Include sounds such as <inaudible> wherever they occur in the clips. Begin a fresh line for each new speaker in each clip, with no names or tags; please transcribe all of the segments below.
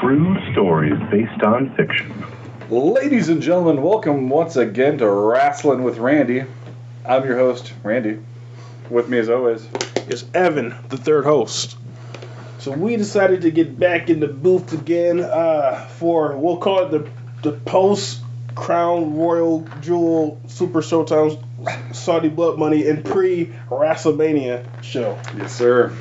True stories based on fiction.
Ladies and gentlemen, welcome once again to Wrestling with Randy. I'm your host, Randy. With me as always.
is Evan, the third host. So we decided to get back in the booth again uh, for we'll call it the the post Crown Royal Jewel Super Showtime Saudi Blood Money and pre WrestleMania show.
Yes, sir.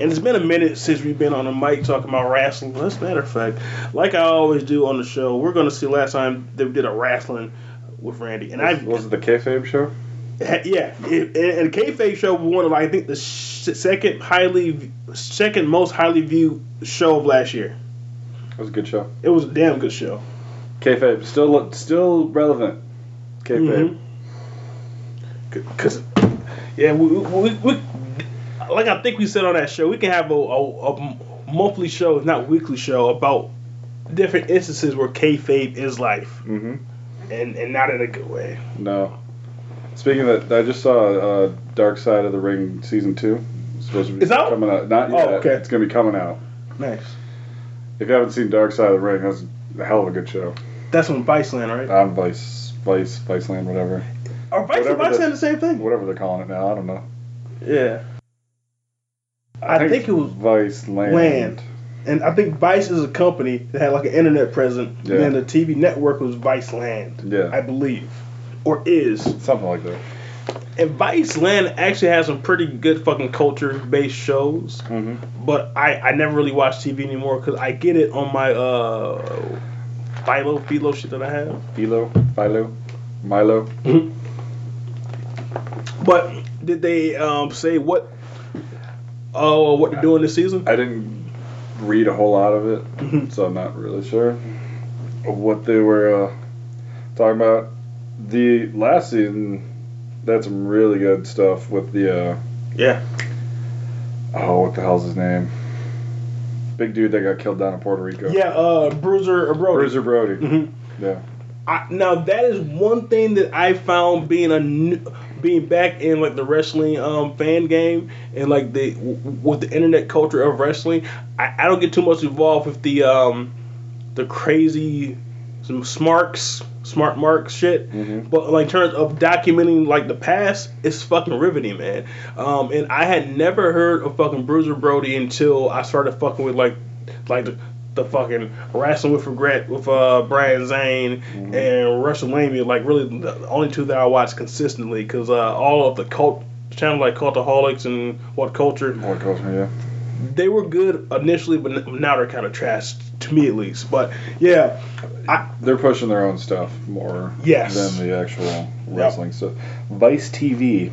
And it's been a minute since we've been on the mic talking about wrestling. As a matter of fact, like I always do on the show, we're gonna see last time they did a wrestling with Randy, and I
Was it the kayfabe show?
Yeah, it, and the kayfabe show was one of I think the sh- second highly, second most highly viewed show of last year.
It was a good show.
It was a damn good show.
Kayfabe still still relevant. Kayfabe.
Cause, yeah, we, we, we, like I think we said on that show, we can have a, a, a monthly show, if not weekly show, about different instances where kayfabe is life,
Mm-hmm.
and and not in a good way.
No. Speaking of that, I just saw uh, Dark Side of the Ring season two. It's supposed to be
It's out?
coming out. Not
Oh,
yet.
okay.
It's gonna be coming out.
Nice.
If you haven't seen Dark Side of the Ring, that's a hell of a good show.
That's on Vice Land, right?
I'm Vice, Vice, Viceland, whatever,
Are Vice
whatever
and Vice
the-
Land the same thing?
whatever they're calling it now. I don't know.
Yeah. I, think, it was
Vice Land.
Land. and I think Vice is a company that had like an internet presence,
Yeah.
and then the TV network was Vice Land,
Yeah,
I believe, or is.
something like that.
And Vice Land actually has some pretty good fucking culture-based shows,
Mm-hmm.
but I I never really watch TV anymore because I get it on my uh Philo Philo shit that I have.
Philo, Philo, Milo.
But did they um say what? Oh, what they're doing this season?
I didn't read a whole lot of it,
Mhm.
so I'm not really sure what they were uh, talking about. The last season, that's some really good stuff with the uh,
Yeah.
oh, what the hell's his name? Big dude that got killed down in Puerto Rico.
Yeah, uh, Bruiser or Brody.
Bruiser Brody.
Mhm.
Yeah.
I, now that is one thing that I found being a new- being back in like the wrestling um, fan game and like the w- with the internet culture of wrestling. I, I don't get too much involved with the um, the crazy some smarks smart mark shit.
Mhm.
But like in terms of documenting like the past, it's fucking riveting, man. Um, and I had never heard of fucking Bruiser Brody until I started fucking with like like the, the fucking wrestling with regret with uh Brian Zane and WrestleMania. Like really the only two that I watched consistently because uh, all of the cult channels like Cultaholics and What Culture
What goes from yeah.
they were good initially, but n- now they're kind of trash to me at least. But yeah,
They're pushing their own stuff more
Yes.
than the actual wrestling stuff. Vice TV.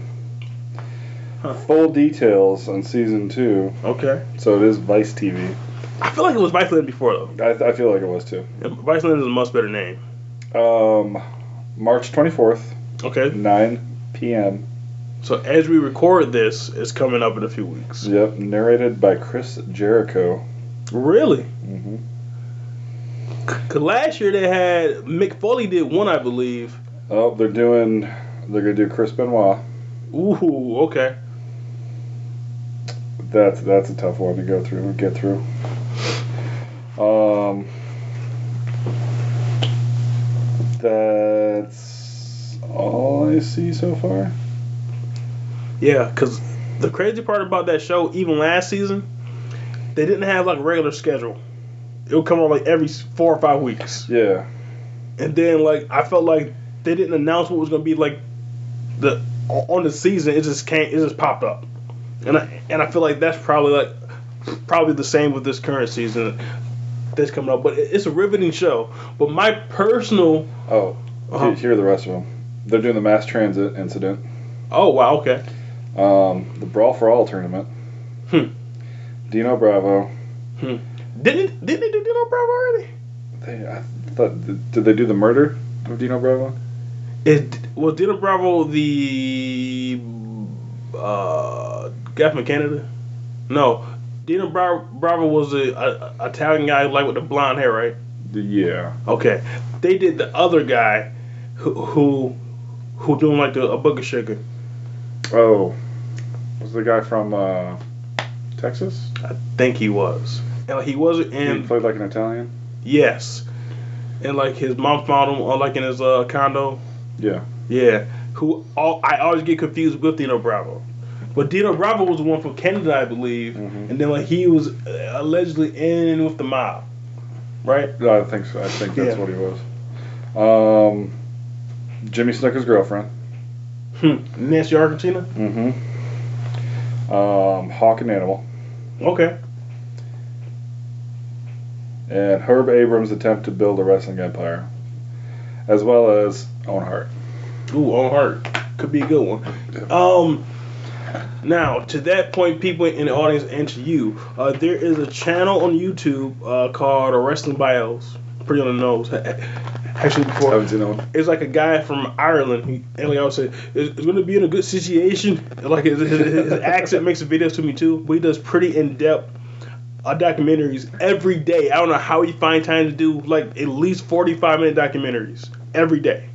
Full details on season two,
okay.
so it is Vice TV.
I feel like it was Viceland before though.
I, I feel like it was too.
Viceland is a much better name.
Um, March 24th,
Okay,
9 p.m.
so as we record this, it's coming up in a few weeks.
Yep, narrated by Chris Jericho.
Really?
hmm
Cause last year they had Mick Foley did one, I believe.
Oh, they're doing. They're gonna do Chris Benoit.
Ooh, okay.
That's that's a tough one to go through and get through. Um, that's all I see so far.
Yeah, cause the crazy part about that show, even last season, they didn't have like a regular schedule. It would come on like every s- four or five weeks.
Yeah,
and then like I felt like they didn't announce what was gonna be like the on the season. It just came, it just popped up, and I and I feel like that's probably like probably the same with this current season that's coming up. But it- it's a riveting show. But my personal
Oh,
Uh-huh.
he- here are the rest of them. They're doing the mass transit incident,
oh wow okay
um, the brawl for all tournament,
Hmm.
Dino Bravo.
Didn't didn't they do Dino Bravo already?
They, I thought, did they do the murder of Dino Bravo?
It was Dino Bravo the uh, guy from Canada? No, Dino Bra- Bravo was the uh, Italian guy like with the blonde hair, right?
The- yeah.
Okay, they did the other guy who who who doing like the, a booger shaker.
Oh, was the guy from uh, Texas?
I think he was, and like, he wasn't
he
in.
played like an Italian.
Yes, and like his mom found him uh, like in his uh, condo.
Yeah.
Yeah, who all, I always get confused with Dino Bravo. But Dino Bravo was the one from Canada, I believe,
Mhm.
and then like he was uh, allegedly in with the mob, right?
No, I think so. I think that's
Yeah.
what he was. Um, Jimmy Snooker's girlfriend.
Hmm. Nancy Argentina.
Mm-hmm.
Mm-hmm.
Um, Hawk and Animal.
Okay.
And Herb Abrams' attempt to build a wrestling empire. As well as Owen Hart.
Ooh, on heart could be a good one. Um, now to that point, people in the audience and to you, uh, there is a channel on YouTube uh, called Wrestling Bios. Pretty on the nose. Actually, before
Haven't seen that one.
it's like a guy from Ireland. He, and like I would say, it's, it's going to be in a good situation. And, Like his, his, his accent makes the videos to me too. But he does pretty in depth uh, documentaries every day. I don't know how he finds time to do like at least forty five minute documentaries every day.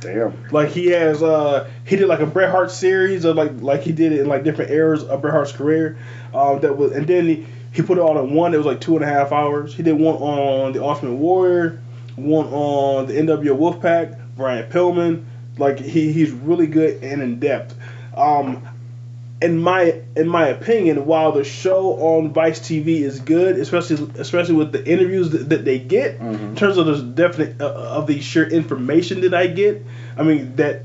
Damn.
Like he has, uh, he did like a Bret Hart series of like like he did it in like different eras of Bret Hart's career. Um, that was and then he, he put it all in one. It was like two and a half hours. He did one on the Ultimate Warrior, one on the NWO Wolfpack, Brian Pillman. Like he, he's really good and in depth. Um, in my in my opinion, while the show on Vice TV is good, especially especially with the interviews that, that they get, in terms of the definite uh, of the sheer information that I get, I mean that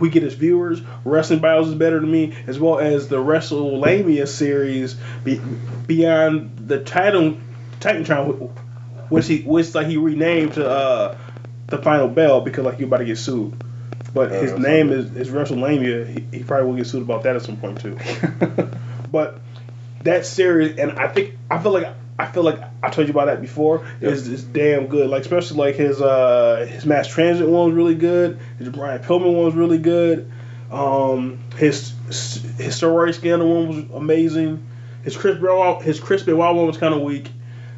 we get as viewers, Wrestling Bios is better to me, as well as the WrestleMania series be, beyond the title Titantron, wh- which he which like he renamed to uh, the Final Bell because like you about to get sued. But
Yeah,
his
that's
name is, is WrestleMania. He, he probably will get sued about that at some point too. But that series, and I think I feel like I feel like I told you about that before. Is is damn good. Like especially like his uh his mass transit one was really good. His Brian Pillman one was really good. Um, his his steroid scandal one was amazing. His Chris Brown his Chris Benoit one was kind of weak.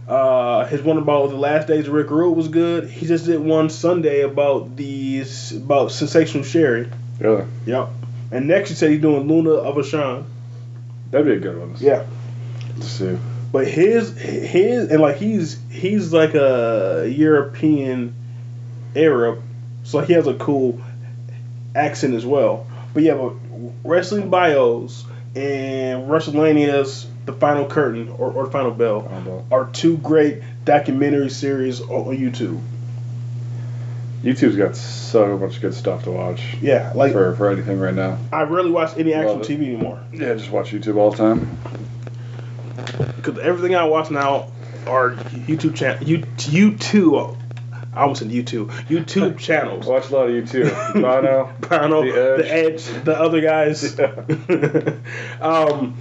Uh, his one about the last days of Rick Rude was good. He just did one Sunday about these about sensational Sherry.
<laughs> Really?
Yep. And next he said he's doing Luna of Ashan.
That'd be a good one.
Yeah.
To see.
But his his and like he's he's like a European Arab, so he has a cool accent as well. But yeah, but wrestling bios and WrestleMania's The Final Curtain or, or Final Bell
Final
are two great documentary series on on YouTube.
YouTube's got so much good stuff to watch
Yeah, like
for, for anything right now.
I rarely watch any actual
Love it.
TV anymore
Yeah, just watch YouTube all the time.
because everything I watch now are YouTube channel you YouTube. I almost said YouTube YouTube channels.
Watch a lot of YouTube.
<laughs>
Bono.
Pano,
The
the Edge, the,
<laughs>
other guys. um,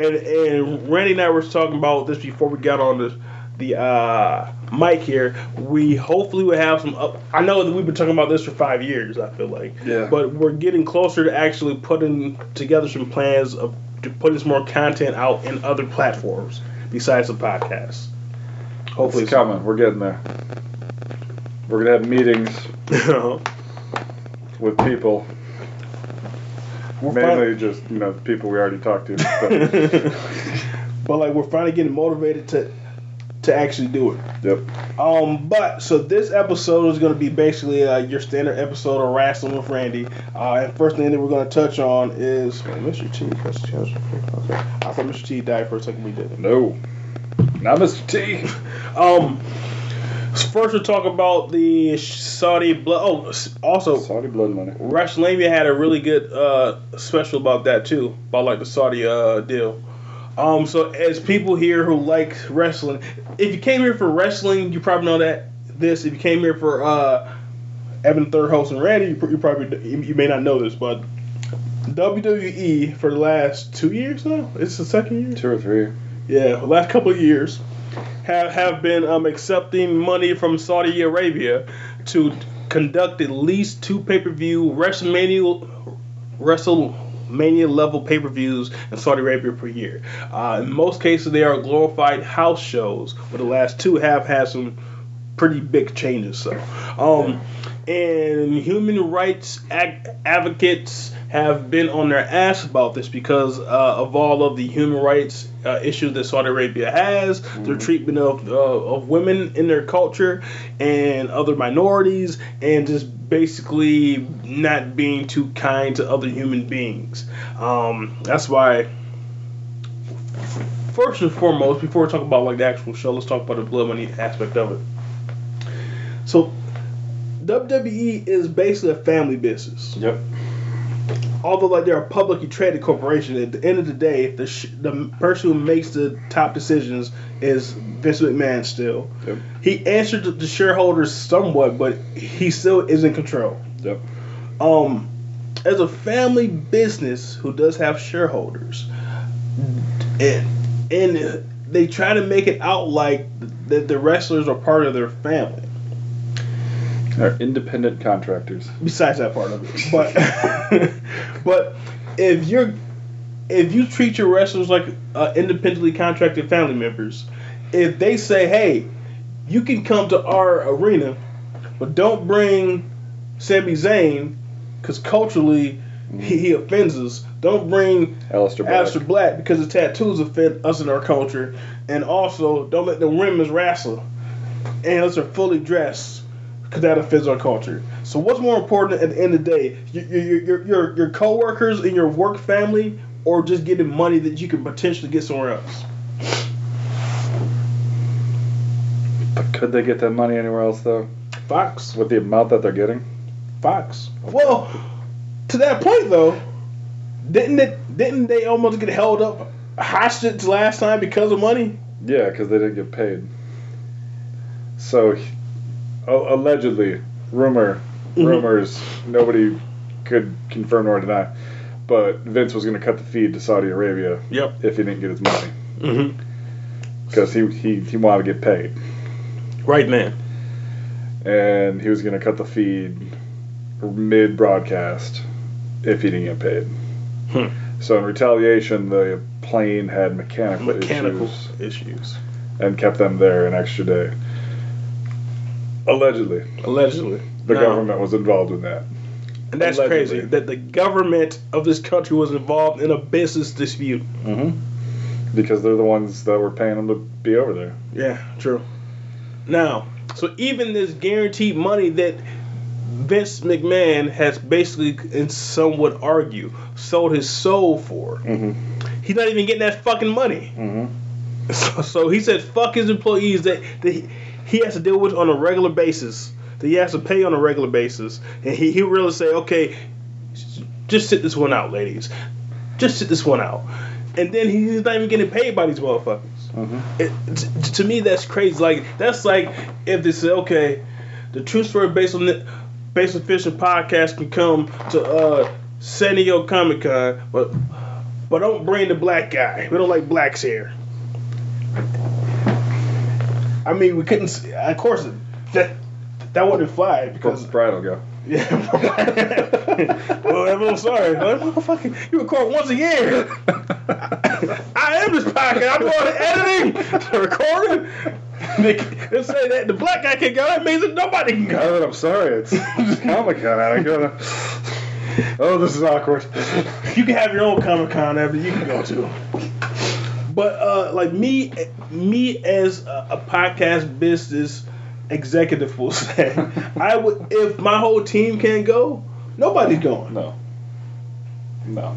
and and Randy and I were talking about this before we got on the the uh, mic here. We hopefully will have some up. I know that we've been talking about this for five years. I feel like,
Yeah.
But we're getting closer to actually putting together some plans of to putting some more content out in other platforms besides the podcast.
<laughs> Hopefully it's coming. We're getting there. We're gonna have meetings
we're
with people,
fin-
mainly just you know the people we already talked to. But,
<laughs>
<laughs>
but like we're finally getting motivated to to actually do it.
yep.
Um, but so this episode is going to be basically uh, your standard episode of Wrestling with Randy. Uh, and first thing that we're going to touch on is well, Mr. T. Mr. T, okay. I thought Mr. T died for a second. We didn't.
No. Not Mr. T.
Um, first we'll talk about the Saudi blood. Oh, s- also
Saudi blood money.
WrestleMania had a really good uh, special about that too, about like the Saudi uh, deal. Um, so as people here who like wrestling, if you came here for wrestling, you probably know that this. If you came here for uh, Evan Third Host and Randy, you, pr- you probably you you may not know this, but E WWE for the last two years now, it's the second year.
Two or three.
yeah, the last couple of years have have been um, accepting money from Saudi Arabia to conduct at least two pay per view WrestleMania WrestleMania level pay per views in Saudi Arabia per year. Uh, in most cases, they are glorified house shows, but the last two have had some pretty big changes. So, um, and human rights ac- advocates have been on their ass about this because uh, of all of the human rights uh, issues that Saudi Arabia has, their treatment of uh, of women in their culture and other minorities, and just basically not being too kind to other human beings. Um, that's why first and foremost, before we talk about like the actual show, let's talk about the blood money aspect of it. So WWE is basically a family business.
Yep.
Although like they're a publicly traded corporation, at the end of the day, the sh- the person who makes the top decisions is Vince McMahon. Still,
Yep.
he answered to the shareholders somewhat, but he still is in control.
Yep.
Um, as a family business who does have shareholders, and and they try to make it out like that the wrestlers are part of their family.
They're independent contractors.
besides that part of it. But <laughs> but if you're if you treat your wrestlers like uh, independently contracted family members, if they say, "Hey, you can come to our arena, but don't bring Sami Zayn, because culturally he, he offends us. Don't bring
Alistair Black.
Aleister Black because the tattoos offend us in our culture, and also don't let the women wrestle unless they're fully dressed because that offends our culture. So what's more important at the end of the day, your your your your, your coworkers and your work family, or just getting money that you can potentially get somewhere else?
But could they get that money anywhere else though?
Fox,
With the amount that they're getting?
Fox. Well, to that point though, didn't it, didn't they almost get held up hostage last time because of money?
Yeah, because they didn't get paid. So, he- a- allegedly, rumor,
Mhm.
rumors. Nobody could confirm nor deny. But Vince was going to cut the feed to Saudi Arabia
Yep.
if he didn't get his money
Mm-hmm.
because he, he he wanted to get paid,
Right man.
and he was going to cut the feed mid broadcast if he didn't get paid.
Hmm.
So in retaliation, the plane had mechanical,
Mechanical
issues
issues.
and kept them there an extra day. Allegedly.
Allegedly.
The
No.
government was involved in that.
And that's
Allegedly.
crazy that the government of this country was involved in a business dispute.
Mm-hmm. Because they're the ones that were paying them to be over there.
Yeah, true. Now, so even this guaranteed money that Vince McMahon has basically, and some would argue, sold his soul for,
Mm-hmm.
he's not even getting that fucking money.
Mm-hmm.
So, <laughs> so he said, fuck his employees that, that he, he has to deal with on a regular basis, that he has to pay on a regular basis. And he, he really say, okay, just sit this one out, ladies. Just sit this one out. And then he's not even getting paid by these motherfuckers.
mm-hmm.
It, t- to me, that's crazy. Like, that's like if they say, okay, the true story based on the based on fiction podcast can come to uh, San Diego Comic Con, but but don't bring the black guy. We don't like blacks here. I mean, we couldn't. s- Of course, that that wouldn't fly
Because
because
Brian will <laughs> go.
yeah. <laughs> well, I'm so sorry. Like, motherfucker, you record once a year. I am this podcast. I'm going to editing, <laughs> the recording. They, they say that the black guy can go. That means that nobody can go.
God, Oh, I'm sorry. It's Comic Con. I gotta. Oh, this is awkward.
You can have your own Comic Con after you can go to. But uh, like me, me as a, a podcast business executive will say, <laughs> I would if my whole team can't go, nobody's going.
No. No.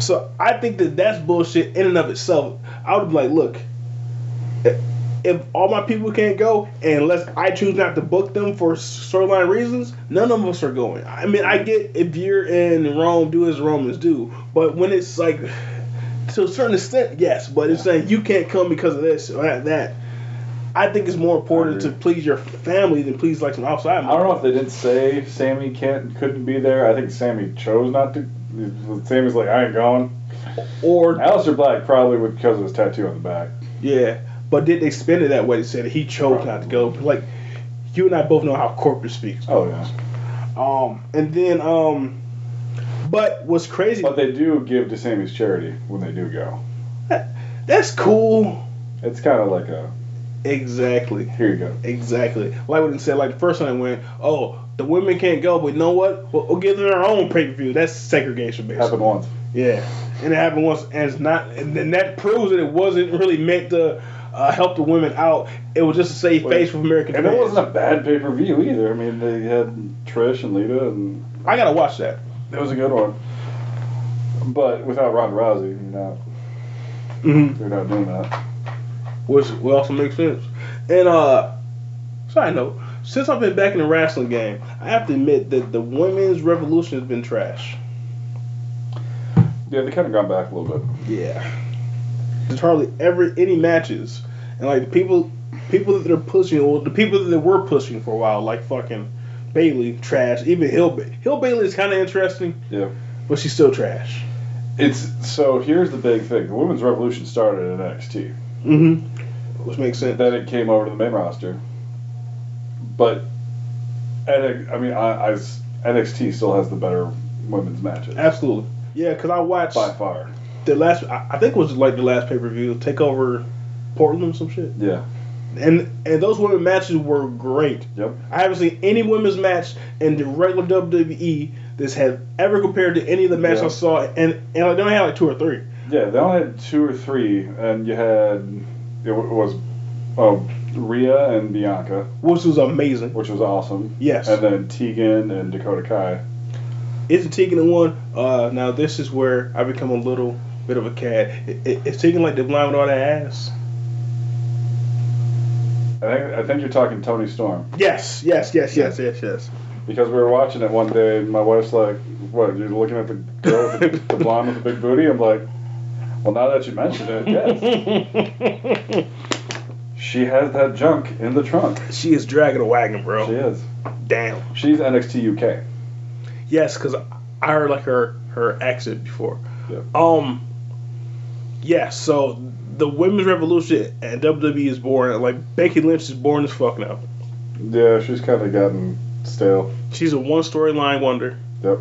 So I think that that's bullshit in and of itself. I would be like, look, if- if all my people can't go, and unless I choose not to book them for storyline reasons, none of us are going. I mean, I get if you're in Rome, do as Romans do, but when it's like to a certain extent, yes, but it's saying you can't come because of this or that. that. I think it's more important to
agree.
please your family than please like some outside.
I don't know if they didn't say Sammy can't couldn't be there. I think Sammy chose not to The team is like, I ain't going.
Or
Alistair Black probably would because of his tattoo on the back.
yeah, but did they spin it that way? They said he chose not to go. Like you and I both know how corporate speaks.
Oh yeah.
Um, and then um, but what's crazy?
But they do give to Sammy's charity when they do go.
That's cool.
It's kind of like a
Exactly.
here you go.
Exactly. Like what it said. Like the first one I went, oh, the women can't go, but you know what? We'll, we'll give them their own pay per view. That's segregation, basically.
Happened once.
Yeah, and it happened once, and it's not, and then that proves that it wasn't really meant to uh, help the women out. It was just to save
Wait,
face from American.
And it
fans.
wasn't a bad pay per view either. I mean, they had Trish and Lita, and
I gotta watch that.
it was a good one. But without Ronda Rousey, you know,
Mm-hmm.
they're not doing that.
Which will also make sense. And uh, side note, since I've been back in the wrestling game, I have to admit that the women's revolution has been trash.
Yeah, they kind of gone back a little bit.
Yeah. There's hardly ever any matches, and like the people, people that they're pushing, well, the people that they were pushing for a while, like fucking Bailey, trash. Even Hill, Ba- Hill Bailey is kind of interesting.
Yeah.
But she's still trash.
It's so here's the big thing: the women's revolution started in NXT,
Mm-hmm. Which makes sense.
then it came over to the main roster. But, and I mean, I, I s- NXT still has the better women's matches
Absolutely. Yeah, because I watched
by far.
the last. I I think it was like the last pay per view, Takeover Portland, some shit.
Yeah.
And and those women matches were great.
Yep.
I haven't seen any women's match in the regular WWE that's had ever compared to any of the matches
Yeah.
I saw, and and like, they only had like two or three.
Yeah, they only had two or three, and you had it wa- was oh, Rhea and Bianca,
Which was amazing.
which was awesome,
Yes.
and then Tegan and Dakota Kai.
Isn't Tegan the one? Uh, now this is where I become a little bit of a cad. I- I- Is Tegan like the blind with all that ass?
I think I think you're talking Tony Storm
Yes, yes, yes, yes, yes, yes.
because we were watching it one day, and my wife's like, "What? You're looking at the girl, with the, the blonde with the big booty?" I'm like, "Well, now that you mention it, yes, she has that junk in the trunk.
<laughs> she is dragging a wagon, bro.
She is.
Damn.
She's NXT UK.
Yes, because I heard like her her accent before.
Yeah.
Um. Yeah. So the women's revolution and WWE E is born. Like Becky Lynch is born as fuck now.
Yeah, she's kind of gotten stale.
She's a one storyline wonder.
Yep.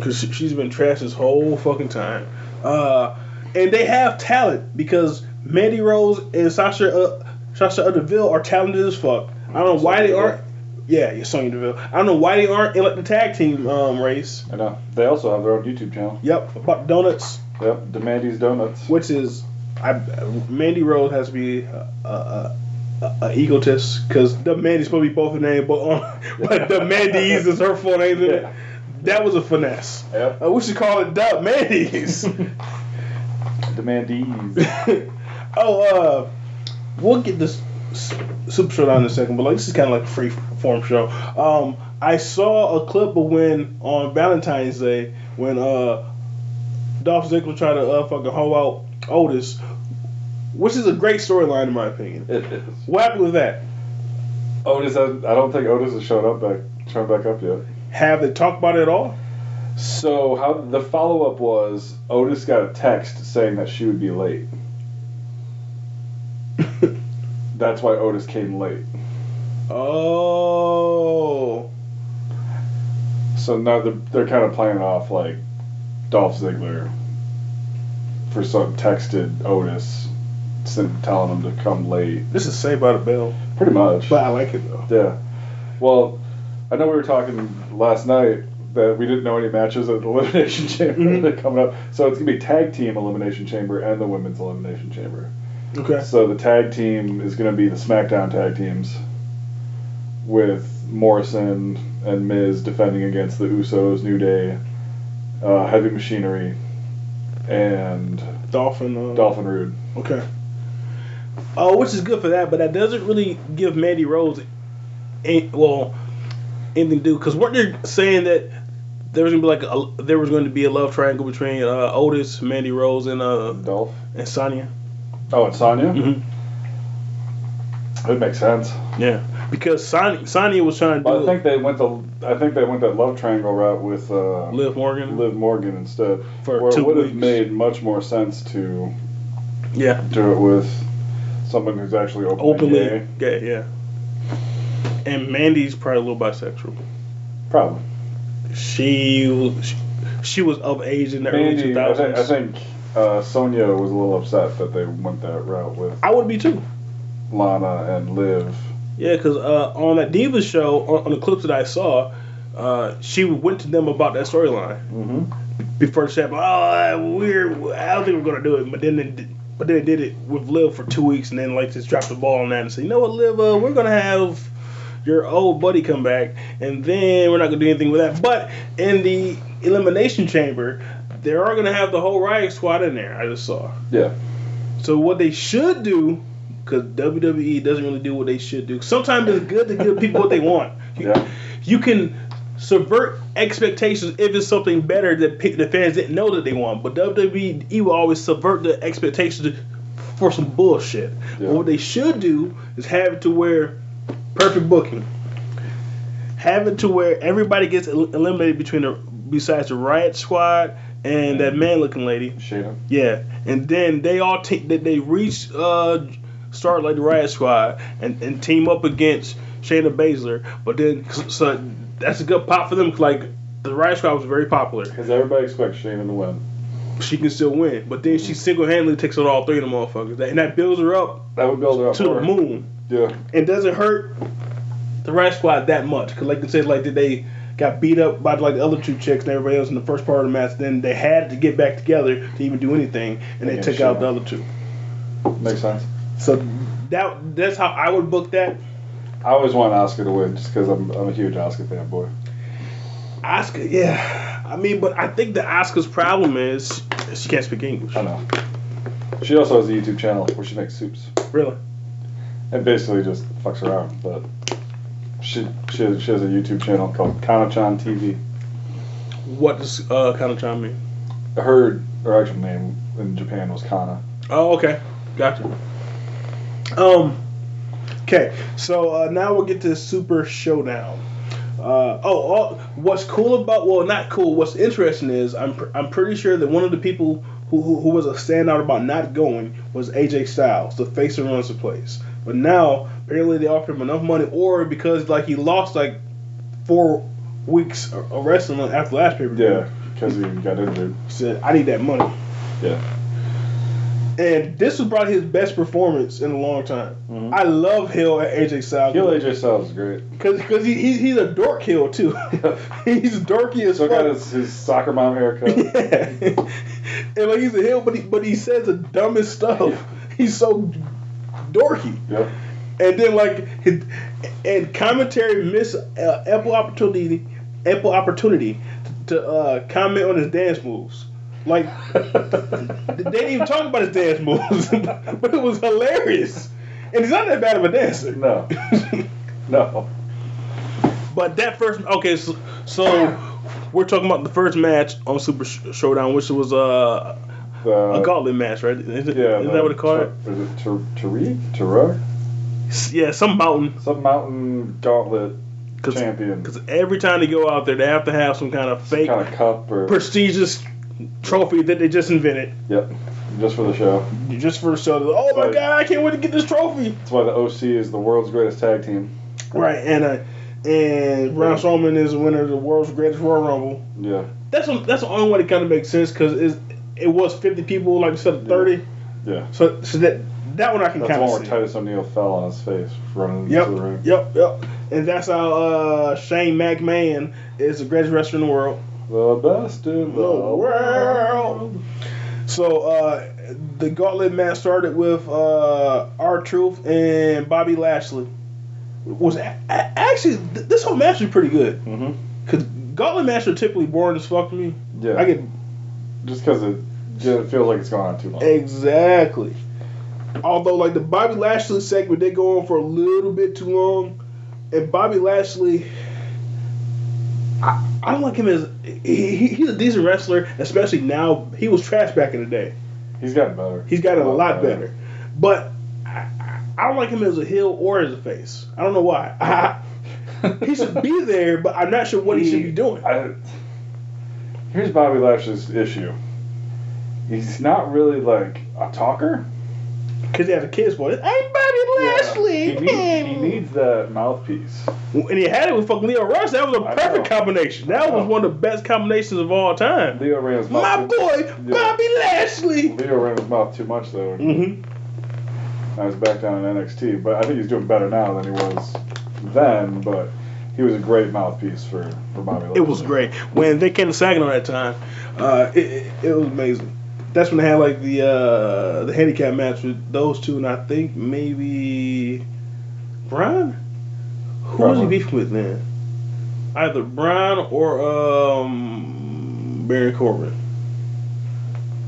Cause she- she's been trash this whole fucking time. Uh, and they have talent because Mandy Rose and Sasha uh, Sasha Deville are talented as fuck. I don't know why they aren't. Yeah, yeah, Sonya Deville. I don't know why they aren't in like the tag team um, race.
I know. They also have their own YouTube channel.
Yep, about donuts.
Yep, Demandy's Donuts.
which is I, Mandy Rose has to be a, a, a, a egotist because the Mandy's supposed to be both her name, but on, <laughs> but the Mandy's is her full name. isn't it?
Yeah.
That was a finesse.
Yeah.
Uh, we should call it the
<laughs>
Mandy's.
Demandees.
<laughs> oh, uh, we'll get this s- super show down in a second, but like this is kind of like a free form show. Um, I saw a clip of when on Valentine's Day when uh Dolph Ziggler tried to uh, fucking hoe out Otis, which is a great storyline in my opinion.
it is.
What happened with that?
Otis, I, I don't think Otis has shown up back, shown back up yet.
Have they talked about it at all? <laughs>
So how the follow up was Otis got a text saying that she would be late. That's why Otis came late.
oh,
So now they're, they're kind of playing off like Dolph Ziggler for some texted Otis sent, telling him to come late.
this is Saved by the Bell,
Pretty much.
but I like it though.
Yeah. Well, I know we were talking last night that we didn't know any matches at the <laughs> Elimination Chamber
Mhm.
that are coming up. So it's going to be Tag Team Elimination Chamber and the Women's Elimination Chamber.
Okay.
So the tag team is going to be the SmackDown tag teams with Morrison and Miz defending against the Usos, New Day, uh, Heavy Machinery, and
Dolphin. Uh,
Dolphin Rude.
Okay. Oh, which is good for that, but that doesn't really give Mandy Rose, any, well, anything to do because what they're saying that there was gonna be like a, there was going to be a love triangle between uh, Otis, Mandy Rose, and uh
Dolph.
and Sonya.
Oh, and Sonya?
Mhm.
It makes sense.
Yeah, because Sonya, Sonya was trying to
But I
do
think they went the I think they went that love triangle route with uh,
Liv Morgan
Liv Morgan instead,
for
where
two
it would
weeks.
have made much more sense to
yeah,
do it with someone who's actually openly,
openly
gay.
gay, yeah. And Mandy's probably a little bisexual.
Probably.
She was she, she was of age in the early two
Mandy, I think, I
thousands.
think uh, Sonia was a little upset that they went that route with
I would be too.
Lana and Liv.
Yeah, because uh, on that Divas show, on, on the clips that I saw, uh, she went to them about that storyline
Mm-hmm.
before she said, "Oh, we're I don't think we're gonna do it," but then they did, but then they did it with Liv for two weeks, and then like just dropped the ball on that and said, "You know what, Liv? Uh, we're gonna have." Your old buddy come back, and then we're not gonna do anything with that. But in the elimination chamber, they are gonna have the whole riot squad in there. I just saw.
Yeah.
So what they should do, because WWE E doesn't really do what they should do. Sometimes it's good to give people what they want. You,
Yeah.
you can subvert expectations if it's something better that pe- the fans didn't know that they want. But WWE will always subvert the expectations for some bullshit.
Yeah.
But what they should do is have it to where perfect booking. Have it to where everybody gets el- eliminated between the besides the Riot Squad and that
Mm-hmm.
man-looking lady.
Shayna.
Yeah, and then they all take that they reach uh start like the Riot Squad and, and team up against Shayna Baszler, but then so that's a good pop for them. 'cause, Like the Riot Squad was very popular.
Because everybody expects Shayna to win.
She can still win, but then she single handedly takes on all three of them motherfuckers, and that builds her up
That would build her up
to the
more.
moon.
Yeah.
And doesn't hurt the Riot Squad that much, cause like they said, like they got beat up by like the other two chicks and everybody else in the first part of the match. Then they had to get back together to even do anything, and they
Yeah,
took
sure.
out the other two.
Makes sense.
So that that's how I would book that.
I always want Oscar to win just because I'm, I'm a huge Oscar fanboy.
Oscar, yeah. I mean, but I think the Oscar's problem is she can't speak English.
I know. She also has a YouTube channel where she makes soups
Really?
and basically just fucks around. But she she, she has a YouTube channel called Kanachan TV.
What does uh, Kanachan mean?
Her her actual name in Japan was Kana.
Oh, okay. Gotcha. Um. Okay, so uh, now we'll get to the Super Showdown. Uh, oh, all, what's cool about well, not cool. What's interesting is I'm pr- I'm pretty sure that one of the people who, who who was a standout about not going was AJ Styles, the face who runs the place. But now apparently they offered him enough money, or because like he lost like four weeks of of wrestling after last pay per view
Yeah, because he got injured.
said, I need that money.
Yeah.
And this was probably his best performance in a long time. I love Hill at AJ
Heel
Styles.
AJ Styles is great.
Because he, he's, he's a dork Hill, too. <laughs> he's dorky as
So got
<laughs> fuck.
his, his soccer mom haircut.
<laughs> Yeah. and like he's a Hill, but he, but he says the dumbest stuff. He's so dorky.
yep.
And then like his, and commentary miss uh, ample opportunity ample opportunity to, to uh, comment on his dance moves. Like they didn't even talk about his dance moves, <laughs> but it was hilarious. And he's not that bad of a dancer.
No. <laughs> No.
<laughs> But that first okay, so, so we're talking about the first match on Super Sh- Showdown, which was uh, a
The-
gauntlet match, right? Is, it,
Yeah,
is that what it called? it?
Is it Tur- Tariq? Tariq?
S- Yeah, some mountain.
Some mountain gauntlet
Cause,
champion.
'cause every time they go out there, they have to have some kind of fake
kind of cup or.
prestigious trophy that they just invented
yep. Just for the show.
just for the show. Oh my
Right.
god, I can't wait to get this trophy!
That's why the OC is the world's greatest tag team.
Right, and uh, and Braun Strowman is the winner of the world's greatest Royal Rumble.
Yeah.
That's the- that's the only way that kind of makes sense because it was fifty people, like you said, thirty.
Yeah.
So so that that one I can
That's the
kind
one where
of see.
Titus O'Neil fell on his face running
Yep,
into the ring.
yep, yep. And that's how uh, Shane McMahon is the greatest wrestler in the world.
The best in the,
The
world.
world. So uh, the gauntlet match started with uh, R Truth and Bobby Lashley. Was a- a- actually th- this whole match was pretty good
Mm-hmm.
because gauntlet matches are typically boring as fuck to me.
Yeah.
I get
Just because it, yeah, it feels like it's gone on too long.
exactly. Although like the Bobby Lashley segment they go on for a little bit too long, and Bobby Lashley. I, I don't like him as he, he, he's a decent wrestler, especially now. He was trash back in the day.
He's gotten better.
He's gotten a lot better. But I, I don't like him as a heel or as a face. I don't know why. <laughs> he
<laughs>
should be there, but I'm not sure what he, should be doing.
I, here's Bobby Lashley's issue. He's not really like a talker.
Because he has a kid's voice. Hey, Bobby Lashley!
He, need, he needs that mouthpiece.
and he had it with fucking Leo Rush. That was a
I
perfect
know.
combination. That
I
was
know.
one of the best combinations of all time.
Leo ran his mouth.
My
too-
boy,
Yeah.
Bobby Lashley!
Leo ran his mouth too much though.
hmm
I was back down in NXT, but I think he's doing better now than he was then. But he was a great mouthpiece for for Bobby. Lashley.
It was great. When they came to Saginaw that time, uh, it, it, it was amazing. That's when they had like the uh, the handicap match with those two, and I think maybe Brian. Who was he
Brian.
beefing with then? Either Brian or um, Baron Corbin.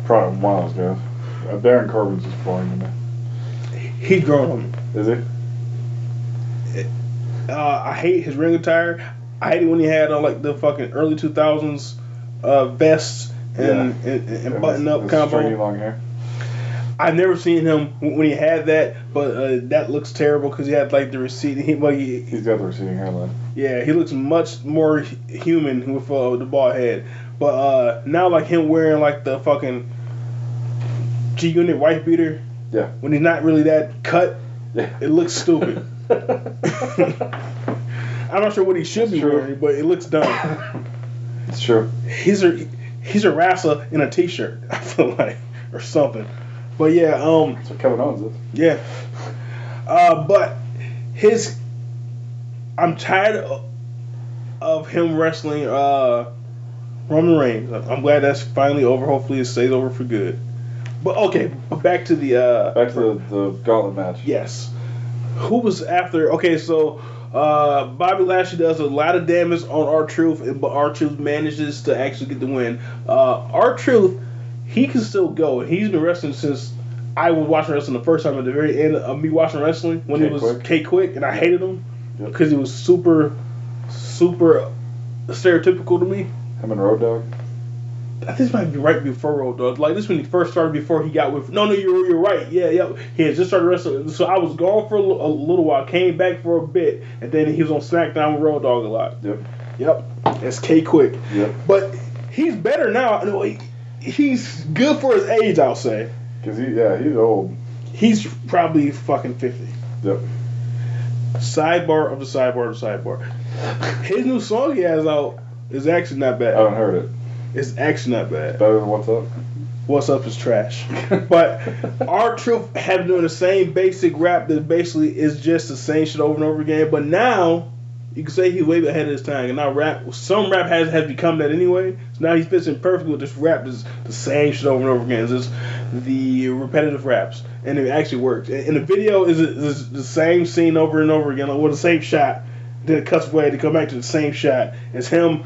Probably miles ago. Uh, Baron Corbin's just boring to me.
He's grown on me.
Is he?
Uh, I hate his ring attire. I hate it when he had on like the fucking early two thousands uh, vests and, and, and, button up
This- this
combo.
stringy long hair.
I've never seen him w- when he had that, but uh, that looks terrible because he had like the receipt. He, well, he,
He's got the receding hairline.
yeah, he looks much more hu- human with uh, the bald head. But uh, now, like him wearing like the fucking G Unit wife beater.
Yeah.
When he's not really that cut,
Yeah.
it looks stupid. I'm not sure what he should be
Sure.
wearing, but it looks dumb.
<laughs> <laughs> It's true.
he's a he's a wrestler in a t-shirt. <laughs> I feel like or something. But yeah, um.
That's what Kevin Owens is.
Yeah. Uh, but his, I'm tired of, of him wrestling uh, Roman Reigns. I'm glad that's finally over. Hopefully it stays over for good. But okay, back to the uh,
Back to the, the gauntlet match.
yes. Who was after? Okay, so uh, Bobby Lashley does a lot of damage on our truth, but our truth manages to actually get the win. Our truth, he can still go. He's been wrestling since I was watching wrestling the first time at the very end of me watching wrestling when it
K
was
Quick.
K Quick, and I hated him
Yep.
because he was super, super stereotypical to me.
Him and Road Dog.
I think this might be right before Road Dogg. Like this when he first started before he got with. No, no, you're you're right. Yeah, yeah. He had just started wrestling, so I was gone for a, li- a little while. Came back for a bit, and then he was on SmackDown with Road Dogg a lot.
Yep.
Yep, that's K Quick.
Yep.
But he's better now. No, he, he's good for his age. I'll say
Cause he, yeah, he's old.
he's probably fucking fifty.
Yep.
Sidebar of the sidebar of the sidebar. His new song he has out is actually not
I
bad.
haven't heard it.
It's actually not bad.
Better than what's up.
What's Up is trash. <laughs> But our truth have doing the same basic rap that basically is just the same shit over and over again. But now you can say he's way ahead of his time. And now rap, some rap has has become that anyway. So now he fits in perfectly with this rap that's the same shit over and over again. It's just the repetitive raps, and it actually works. And, and the video is, is the same scene over and over again, like with the same shot. Then it cuts away to come back to the same shot. It's him.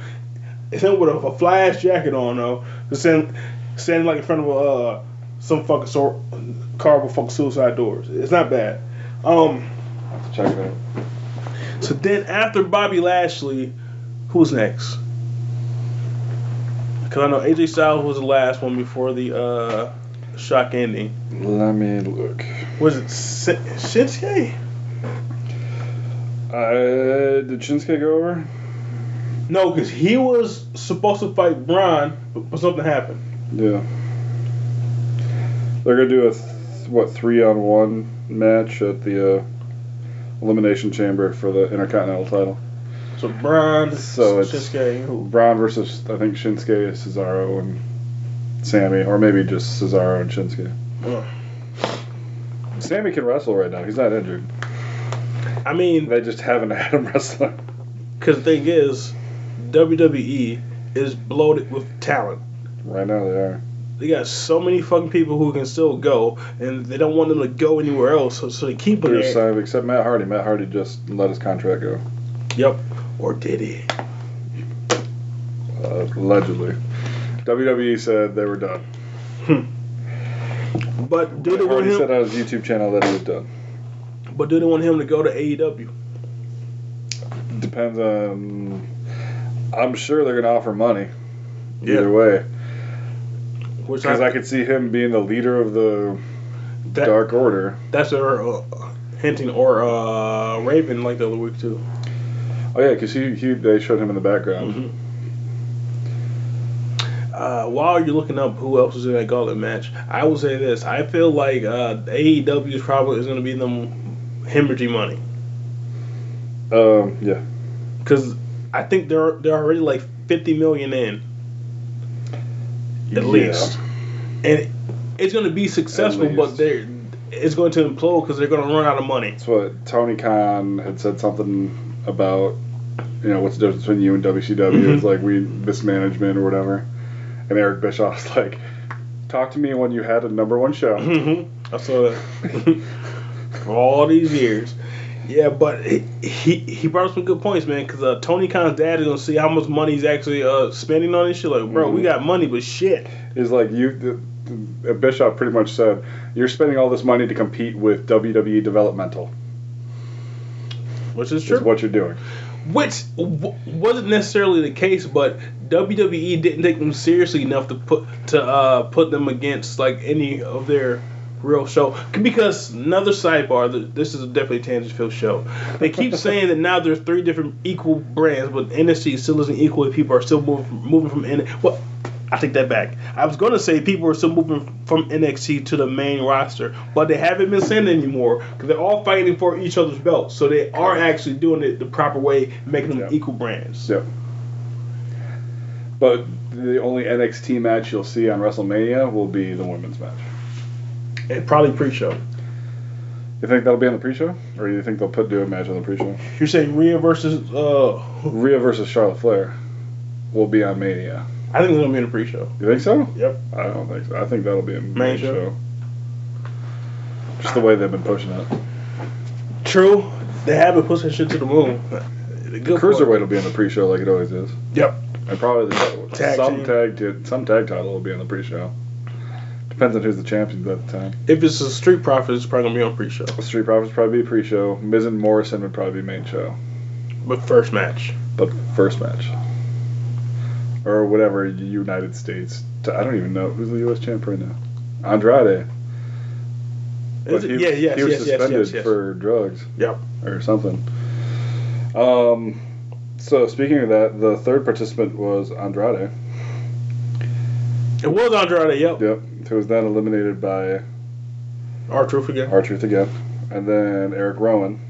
It's him with a, a fly ass jacket on though. It's him standing like in front of uh some fucking sor- car with fucking suicide doors. It's not bad. Um.
I have to check it out.
So then after Bobby Lashley, who's next? Because I know AJ Styles was the last one before the uh shock ending.
Let me look.
Was it Sin- Shinsuke?
Uh, did Shinsuke go over?
No, because he was supposed to fight Braun, but, but something happened.
Yeah. They're gonna do a th- what three on one match at the uh, elimination chamber for the Intercontinental title.
So Braun,
So it's-
Shinsuke, who?
Braun versus I think Shinsuke, Cesaro, and Sammy, or maybe just Cesaro and Shinsuke.
Ugh.
Sammy can wrestle right now. He's not injured.
I mean,
They just haven't had him <laughs> wrestle.
because the thing is, WWE is bloated with talent.
Right now they are.
They got so many fucking people who can still go, and they don't want them to go anywhere else, so, so they keep them
They're
there.
signed- except Matt Hardy. Matt Hardy just let his contract go.
Yep. Or did he?
Uh, allegedly. WWE said they were done.
But do they
Matt
want
Hardy said
him?
on his YouTube channel that he was done.
But do they want him to go to E AEW?
Depends on. I'm sure they're going to offer money either way.
Which
Because
I,
I could see him being the leader of the
that,
Dark Order.
that's their uh, hinting or uh, Raven like the other week too.
Oh yeah, because he, he they showed him in the background.
Mm-hmm. Uh, while you're looking up who else was in that gauntlet match, I will say this: I feel like uh, AEW is probably is going to be them hemorrhaging money Mm-hmm.
Um, yeah,
because I think they're they're already like 50 million in at
Yeah.
least, and it's going to be successful, but
least.
they're it's going to implode because they're going to run out of money.
that's what Tony Khan had said something about. You know, what's the difference between you and WCW?
Mm-hmm.
It's like we mismanagement or whatever. And Eric Bischoff's <laughs> like, talk to me when you had a number one show.
Mm-hmm. I saw that <laughs> for all these years. Yeah, but he, he he brought up some good points, man. Because uh, Tony Khan's dad is gonna see how much money he's actually uh, spending on this shit. Like, bro, we
Mhm.
got money, but shit.
is like you the, the, Bishop pretty much said you're spending all this money to compete with WWE developmental
Which is
is
true.
what you're doing.
Which w- wasn't necessarily the case, but WWE didn't take them seriously enough to put to uh, put them against like any of their real show. Because another sidebar, th- this is definitely a tangent filled show. They <laughs> keep saying that now there's three different equal brands, but NXT still isn't equal. and People are still moving from, moving from N. Well, I take that back. I was gonna say people are still moving from NXT to the main roster, but they haven't been sent anymore because they're all fighting for each other's belts. So they are actually doing it the proper way, making them
Yeah.
equal brands.
So, but the only NXT match you'll see on WrestleMania will be the women's match.
And probably pre-show.
You think that'll be on the pre-show, or you think they'll put do a match on the pre-show?
You're saying Rhea versus? Uh,
Rhea versus Charlotte Flair will be on Mania.
I think it's gonna be in the pre-show.
You think so?
Yep.
I don't think so. I think that'll be a main,
Main show?
show. Just the way they've been pushing it.
True. They haven't pushed that shit to the moon. Good
Cruiserweight will be on the pre-show like it always is.
Yep.
And probably the,
Tag
some
team.
tag ti- some tag title will be on the pre-show. Depends on who's the champions at the time.
If it's a street profit, it's probably gonna be on pre-show.
Street Profits probably be pre-show. Miz and Morrison would probably be main show,
But first match.
but first match or whatever United States. t- I don't even know who's the U.S. champ right now. Andrade.
Is
But
it-
he,
yeah. Yes.
he was
yes. Yes.
suspended
Yes. Yes.
for drugs.
Yep.
Or something. Um. So speaking of that, the third participant was Andrade.
It was Andrade. Yep.
Yep. Who was then eliminated by
Our truth again.
R Truth again. And then Eric Rowan.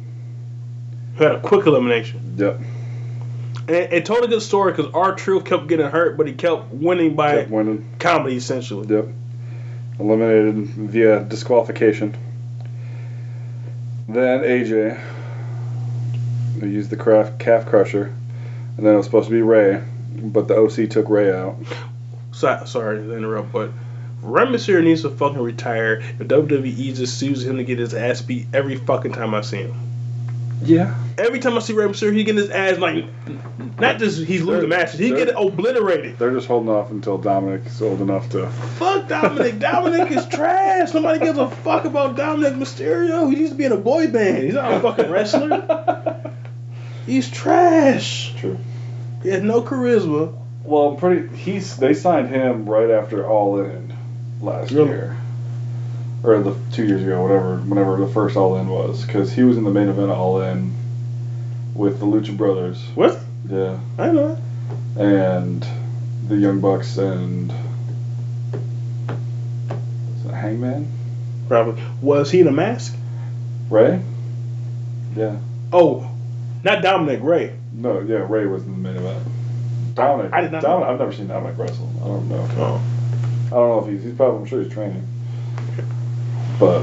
Who had a quick elimination.
Yep.
And it told a good story because R Truth kept getting hurt, but he kept winning by
Kept winning.
comedy essentially.
Yep. Eliminated via disqualification. Then AJ. Who used the craft calf crusher. And then it was supposed to be Ray. But the OC took Ray out.
So, sorry to interrupt, but Rey Mysterio needs to fucking retire. If WWE E just sues him to get his ass beat every fucking time I see him.
Yeah.
Every time I see Rey Mysterio, he getting his ass like not just he's losing
They're-
matches, he
they're-
getting obliterated.
They're just holding off until Dominic's old enough to.
Fuck Dominic. Dominic is trash. Nobody gives a fuck about Dominic Mysterio. He needs to be in a boy band. He's not a fucking wrestler. He's trash.
<laughs> True.
He has no charisma.
Well, I'm pretty. He's. They signed him right after All In last
Really?
year, or the two years ago, whatever. Whenever the first All In was, because he was in the main event of All In with the Lucha Brothers.
What?
Yeah,
I know.
and the Young Bucks and is it Hangman
Probably. Was he in a mask?
Ray. Yeah.
Oh, not Dominic Ray.
No. Yeah. Ray was in the main event. Dominic.
I did not know
Dominic. I've never seen Dominic wrestle. I don't know.
Oh.
I don't know if he's, he's probably, I'm sure he's training. But,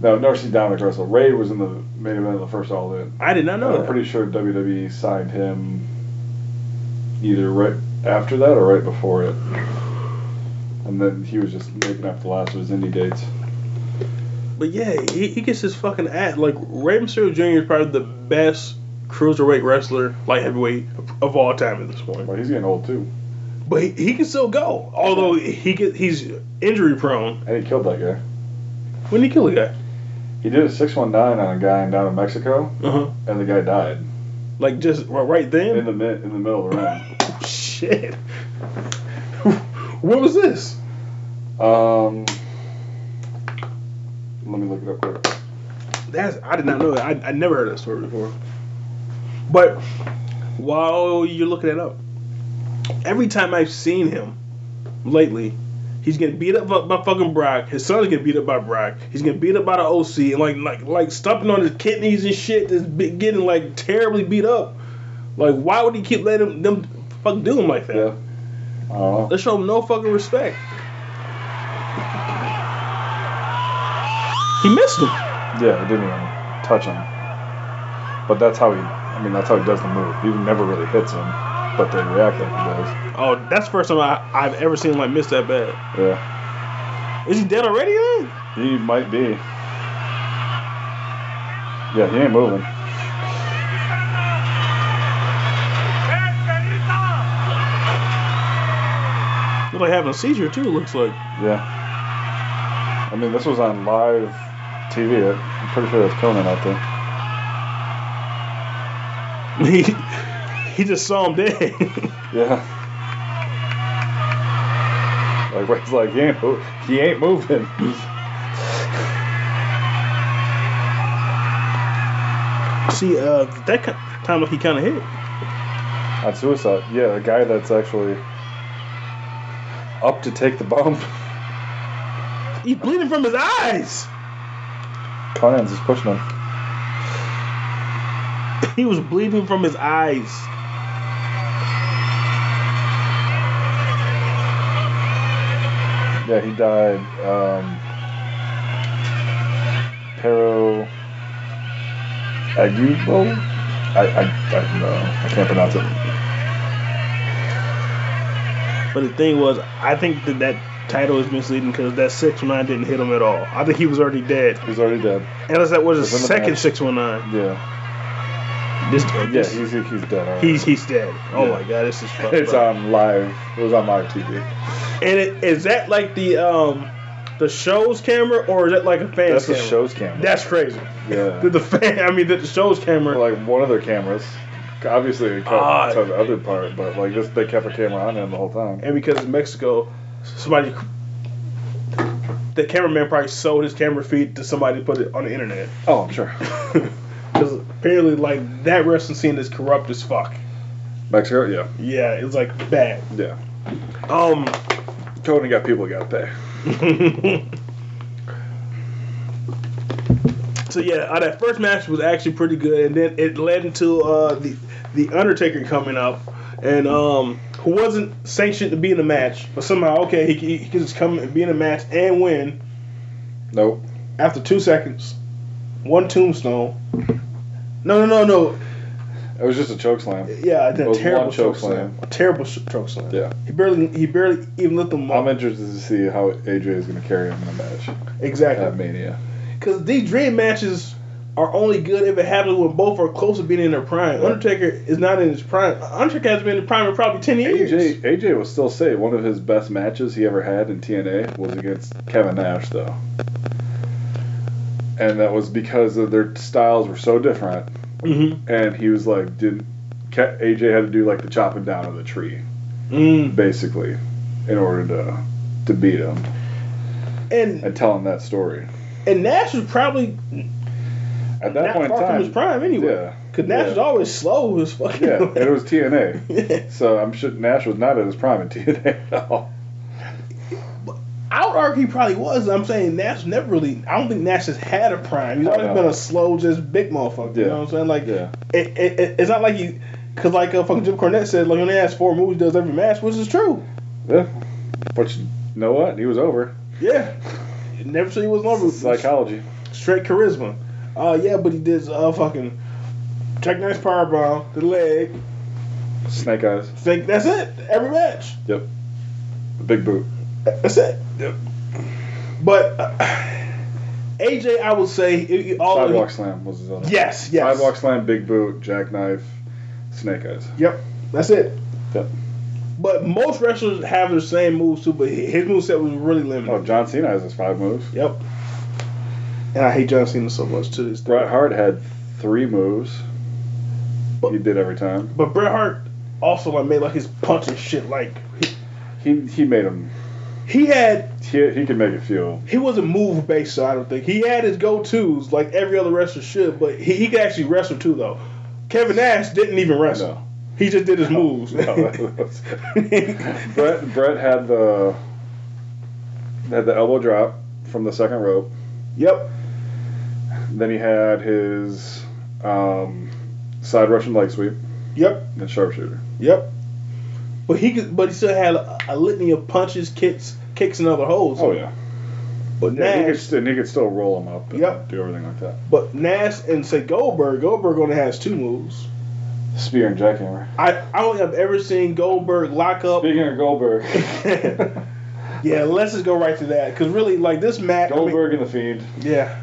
no, I've never seen Dominic wrestle. Ray was in the main event of the first All In.
I did not know
I'm
that.
pretty sure WWE signed him either right after that or right before it. And then he was just making up the last of his indie dates.
But yeah, he, he gets his fucking ass. Like, Rey Mysterio Jr. is probably the best cruiserweight wrestler, light heavyweight, of- of all time at this point.
But he's getting old too.
But he, he can still go. Although he get, he's injury prone.
And he killed that guy.
When did he kill a guy?
He did a 619 on a guy down in Mexico,
Uh huh.
and the guy died
Like, just ri- right
in
then?
the, mi- in the middle of the ring.
<laughs> Shit. what was this?
Um, let me look it up quick.
that's I did not know that. I, I never heard that story before. But while you're looking it up, every time I've seen him lately, he's getting beat up by, by fucking Brock. His son's getting beat up by Brock. He's getting beat up by the OC and like like like stomping on his kidneys and shit. That's be- getting like terribly beat up. Like why would he keep letting them fucking do him like that?
Yeah. Uh, I don't know.
They show him no fucking respect. He missed him.
Yeah, it didn't even touch him. But that's how he. I mean, that's how he does the move. He never really hits him, but they react like he does.
Oh, that's the first time I, I've ever seen him like miss that bad.
Yeah,
Is he dead already then?
he might be. Yeah, he ain't moving.
Look like having a seizure too, looks like. <laughs>
Yeah. I mean, this was on live TV. I'm pretty sure that's Conan out there.
He he just saw him dead. <laughs>
Yeah. Like Ray's like he ain't mo- he ain't moving. <laughs>
See, uh that ki time like he kinda hit.
on suicide. Yeah, a guy that's actually up to take the bump.
He's bleeding from his eyes.
<laughs>
<laughs>
Conan's is pushing him.
He was bleeding from his eyes.
Yeah, he died. Um, Pero Agubo. I, I I don't know. I can't pronounce it.
But the thing was, I think that that title is misleading because that 619 didn't hit him at all. I think he was already dead.
He's already dead.
Unless that was his
Remember
second
that.
619.
Yeah.
This,
Yeah,
this-
he's he's dead. alright.
he's he's dead. Oh
Yeah.
my god, this is fucked
It's
up.
on live. It was on live TV.
And it, is that like the um the show's camera or is that like a fan's
That's the
camera?
show's camera.
That's crazy.
Yeah.
The, the fan, I mean the, the show's camera.
like one of their cameras. Obviously, they cut
Ah.
cut the other part, but like this, they kept a camera on him the whole time.
and because it's Mexico, somebody the cameraman probably sold his camera feed to somebody to put it on the
<laughs>
internet.
Oh, I'm sure.
Because apparently, like that wrestling scene is corrupt as fuck.
Mexico, yeah,
Yeah, it's like bad.
yeah.
Um,
Conan got people got to pay.
so yeah, uh, that first match was actually pretty good, and then it led into uh, the the Undertaker coming up, and um, who wasn't sanctioned to be in the match, but somehow okay, he, he, he can just come and be in the match and win
Nope.
after two seconds, one tombstone. No, no, no, no.
It was just a choke slam.
Yeah, I did
It
a
was
terrible
one
choke
choke
slam.
slam.
A terrible sh- choke slam.
Yeah.
He barely, he barely even let them
I'm
up.
interested to see how AJ is going to carry him in a match at
Exactly.
Mania.
Because these dream matches are only good if it happens when both are close to being in their prime. Undertaker is not in his prime. Undertaker has been in prime for probably ten years.
AJ AJ will still say one of his best matches he ever had in TNA was against Kevin Nash though, and that was because of their styles were so different.
Mm-hmm.
And he was like, did Ke- AJ had to do like the chopping down of the tree. Mm-hmm.
Mm.
basically, in order to to beat him
And
and tell him that story.
and Nash was probably
At that
not
point in
far from his
time,
prime anyway.
yeah,
Because Nash
Yeah.
was always slow as fucking.
yeah, and it was TNA,
Yeah.
so I'm sure Nash was not at his prime in <laughs> TNA at all.
<laughs> I would argue he probably was. I'm saying Nash never really. I don't think Nash has had a prime. He's
I
always
know.
been a slow, just big motherfucker. You
Yeah.
know what I'm saying? Like,
Yeah.
it, it, it- it's not like he, because like uh, fucking Jim Cornette said, like on the ass four movies does every match, which is true.
Yeah, but you know what? He was over
Yeah. Never said he was over.
psychology.
Straight charisma. Uh, yeah, but he did uh fucking Jack Knight's powerbomb, the leg.
Snake eyes.
Think that's it. Every match.
Yep. The big boot.
That's it.
Yep.
But uh, AJ, I would say it, it- all
Sidewalk slam was his other.
Yes. Yes.
Sidewalk slam, big boot, jackknife, snake eyes.
Yep, that's it.
Yep.
But most wrestlers have the same moves too, but his moveset was really limited.
Oh, John Cena has his five moves.
Yep. And I hate John Cena so much to this day.
Bret Hart had three moves. He did every time.
But Bret Hart also like made like his punch and shit like
He he made him
He had
He, he can make it feel.
he wasn't move based, so I don't think he had his go tos like every other wrestler should. But he, he could actually wrestle too, though. Kevin Nash didn't even wrestle.
No.
He just did
<laughs>
his moves.
Brett Brett had the had the elbow drop from the second rope.
<laughs> yep.
Then he had his um, side Russian leg sweep
Yep.
and sharpshooter.
Yep. But he could, but he still had a, a litany of punches, kicks, kicks, and other holes.
Oh yeah,
but
yeah. He could,
Nash,
st- and he could still roll him up. And
Yep.
do everything like that.
but Nash and say Goldberg, Goldberg only has two moves.
Spear and jackhammer.
I I don't think I've ever seen Goldberg lock up.
Speaking of Goldberg, <laughs>
yeah, let's just go right to that because really, like this match, I mean-
Goldberg and the Fiend.
yeah,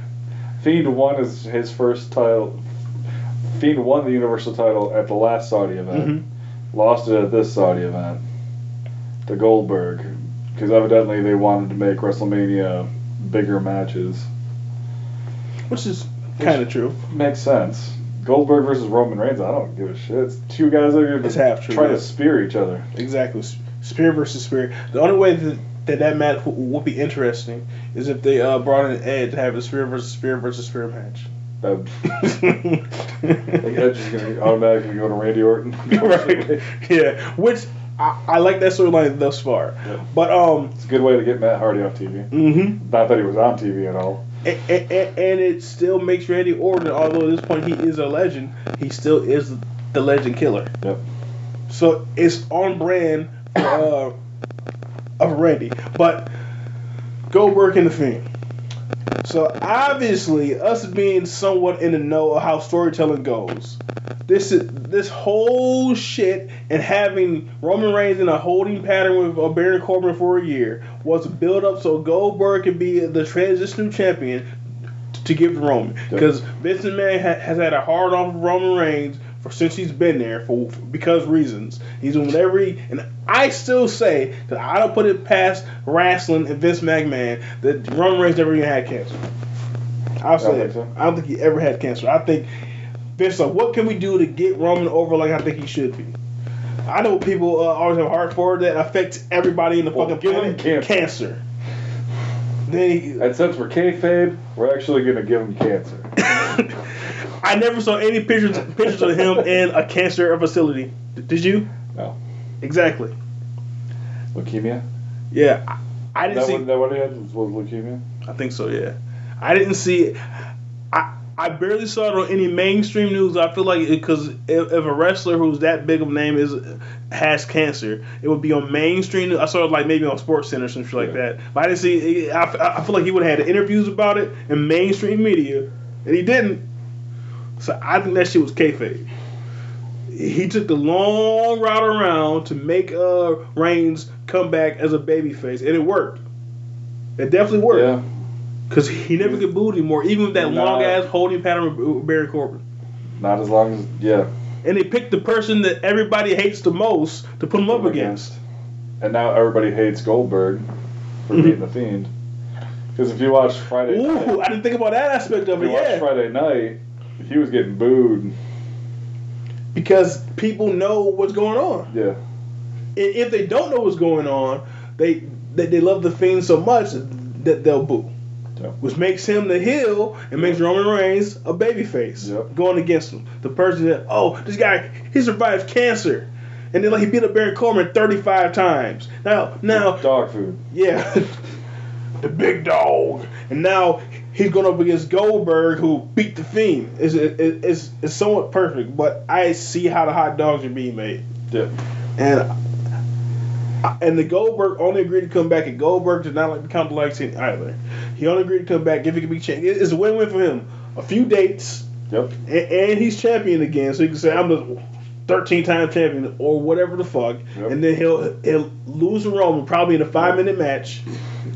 Fiend won his, his first title. Fiend won the Universal title at the last Saudi
Mm-hmm.
event. Lost it at this Saudi event to Goldberg because evidently they wanted to make WrestleMania bigger matches.
which is kind of true.
Makes sense. Goldberg versus Roman Reigns. I don't give a shit. It's two guys that are
It's
gonna
half true,
try
yeah.
to spear each other.
Exactly. Spear versus Spear. The only way that that, that match w- would be interesting is if they uh, brought in Edge to have a Spear versus Spear versus Spear match. <laughs>
That, like Edge is gonna automatically go to Randy Orton.
<laughs> right. Yeah. Which I, I like that storyline thus far.
Yeah.
But um.
It's a good way to get Matt Hardy off TV.
hmm
Not that he was on TV at all.
And, and it still makes Randy Orton, although at this point he is a legend, he still is the legend killer.
Yep.
So it's on brand uh, of Randy. But go work in the fiend. So obviously, us being somewhat in the know of how storytelling goes, this is this whole shit and having Roman Reigns in a holding pattern with uh, Baron Corbin for a year was built up so Goldberg could be the transitional champion t- to give to Roman because Vince McMahon ha- has had a hard on for Roman Reigns for since he's been there for, for- because reasons he's doing whatever he and I still say that I don't put it past wrestling and Vince McMahon that Roman Reigns never even had cancer. I'll
I don't
say
think
it.
so.
I don't think he ever had cancer. I think Vince, like, what can we do to get Roman over like I think he should be? I know people uh, always have a heart for that affects everybody in the
Well,
fucking
give him
planet.
cancer.
cancer. Then
And since we're kayfabe, we're actually going to give him cancer.
<laughs> I never saw any pictures pictures of him in a cancer facility. D- Did you?
No.
Exactly.
Leukemia?
Yeah, I, I didn't
That
see.
one, that one he had was was leukemia?
I think so. Yeah, I didn't see it. I I barely saw it on any mainstream news. I feel like because if, if a wrestler who's that big of a name is has cancer, it would be on mainstream. I saw it like maybe on Sports Center or some shit like
Yeah.
that. But I didn't see. I, I feel like he would have had interviews about it in mainstream media, and he didn't. So I think that shit was kayfabe. He took the long route around to make uh Reigns come back as a babyface, and it worked. It definitely worked.
Yeah.
Because he never get booed anymore, even with that
Nah.
long ass holding pattern with Barry Corbin.
Not as long as, yeah.
And they picked the person that everybody hates the most to put
Oh
him up against.
And now everybody hates Goldberg for being the Fiend. Because if you watch Friday night,
Mm-hmm. Ooh, I didn't think about that aspect of
if you
it,
watch
yeah.
Friday night, he was getting booed.
Because people know what's going on.
Yeah.
I- If they don't know what's going on, they they, they love the Fiend so much that they'll boo.
Yeah.
Which makes him the heel and makes Roman Reigns a babyface
Yep.
going against him. The person that, oh, this guy, he survived cancer. And then like he beat up Baron Corbin 35 times. Now, now
Dog food.
Yeah. <laughs> the big dog. And now he's going up against Goldberg, who beat the Fiend. It's, it, it's, it's somewhat perfect, but I see how the hot dogs are being made.
Yeah.
And and the Goldberg only agreed to come back, and Goldberg did not like become the likes in either. He only agreed to come back if he could be champion. It's a win win for him. A few dates,
Yep.
and, and he's champion again, so he can say I'm the 13 time champion or whatever the fuck,
Yep.
and then he'll he'll lose to Roman probably in a five minute match.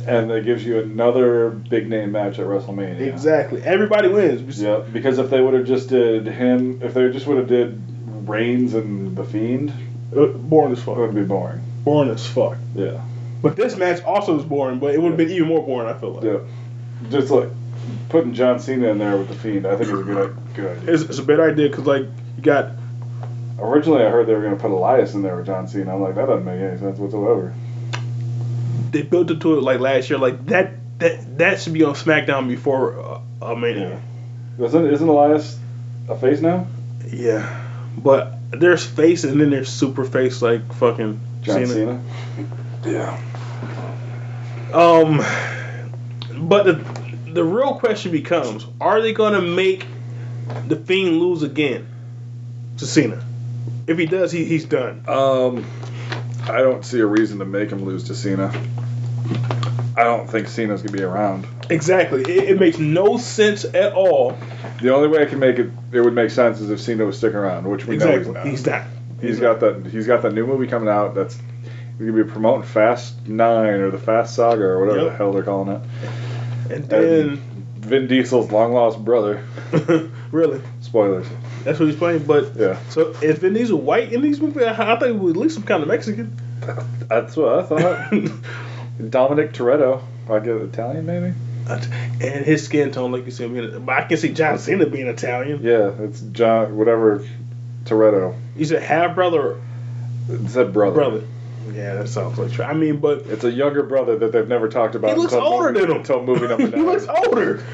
And that gives you another big name match at WrestleMania.
Exactly. Everybody wins.
Yeah, because if they would have just did him, if they just would have did Reigns and the Fiend,
Uh, Boring as
it
fuck.
would be boring.
Boring as fuck.
Yeah,
But this match also is boring, but it would have been even more boring. I feel like
yeah. Just like putting John Cena in there with the Fiend, I think is a good, good idea.
it's, it's a bad idea because like you got
Originally, I heard they were gonna put Elias in there with John Cena. I'm like, that doesn't make any sense whatsoever.
they built it to it like last year. Like that that that should be on SmackDown before uh, uh, Mania.
Isn't isn't Elias a face now?
Yeah. but there's face and then there's super face like fucking
John
Cena.
Cena.
Yeah. Um, but the the real question becomes: Are they gonna make the Fiend lose again to Cena? If he does, he, he's done.
Um, I don't see a reason to make him lose to Cena. I don't think Cena's gonna be around.
Exactly. It, it makes no sense at all.
The only way I can make it it would make sense is if Cena was sticking around, which we know he's
Exactly.
not.
He's not.
He's got that. He's got that new movie coming out. That's we're gonna be promoting Fast Nine or the Fast Saga or whatever the
Yep.
hell they're calling it.
And then,
Vin Diesel's long lost brother.
<laughs> really,
Spoilers.
that's what he's playing. But
Yeah,
so is Vin Diesel white in these movies? I, I thought he was at least some kind of Mexican.
that's what I thought. <laughs>
Uh-huh.
Dominic Toretto. I get Italian maybe.
<laughs> and his skin tone, like you said, being- but I can see John Cena being Italian.
Yeah, it's John whatever Toretto.
He's a half brother
It said brother.
brother. Yeah, that sounds like true. I mean, but
It's a younger brother that they've never talked about.
he looks
until
older
movie,
than him.
Until movie
<laughs>
number
he
nine.
looks older.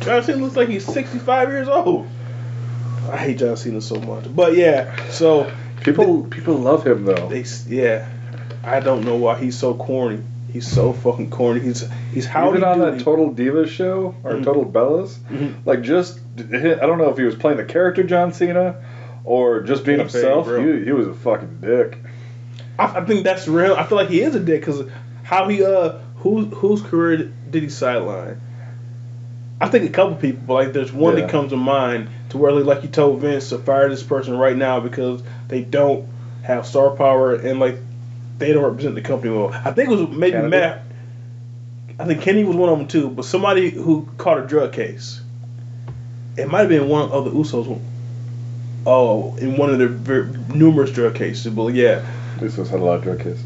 John Cena looks like he's 65 years old. I hate John Cena so much. But yeah, so
People people love him though.
they s- yeah, I don't know why he's so corny. He's so fucking corny. He's he's how
Even
he
on
do
that
it.
Total Divas show or
Mhm.
Total Bellas,
Mhm.
like just I don't know if he was playing the character John Cena or just being
Yeah,
himself.
bro.
He, he was a fucking dick.
I, I think that's real. I feel like he is a dick because how he uh who whose career did he sideline? I think a couple people, but like there's one
Yeah.
that comes to mind to where like, like you told Vince to fire this person right now because they don't have star power and like they don't represent the company well. I think it was maybe
Kennedy?
Matt. I think Kenny was one of them too, but somebody who caught a drug case. It might have been one of the Usos. Oh, in one of the ver- numerous drug cases, but yeah
This was had a lot of drug kisses.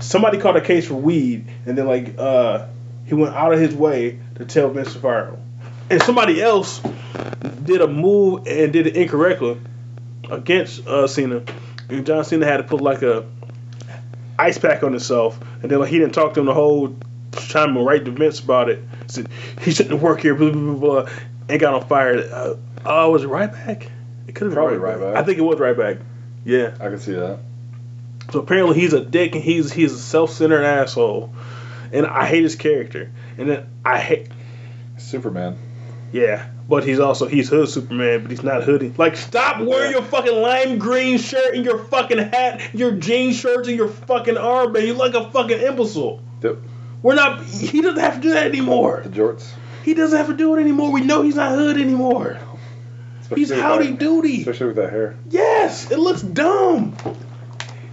somebody caught a case for weed, and then like uh, he went out of his way to tell Vince to fire him. And somebody else did a move and did it incorrectly against uh, Cena, and John Cena had to put like a ice pack on himself, and then like he didn't talk to him the whole time and write to Vince about it. Said he shouldn't work here, blah blah blah, blah and got on fire. Uh, oh, was it right back? It could have been
Probably
right back.
Ryback.
I think it was right back. Yeah.
I can see that.
So apparently he's a dick and he's he's a self-centered asshole, and I hate his character. And then I hate
Superman.
yeah, but he's also he's hood Superman, but he's not hoodie. Like stop wearing your fucking lime green shirt and your fucking hat, your jean shirts and your fucking armband. You look like a fucking imbecile.
Yep.
We're not. He doesn't have to do that anymore.
The jorts.
He doesn't have to do it anymore. We know he's not hood anymore.
Especially
He's
with
howdy
that-
doody.
Especially with that hair.
Yes, it looks dumb.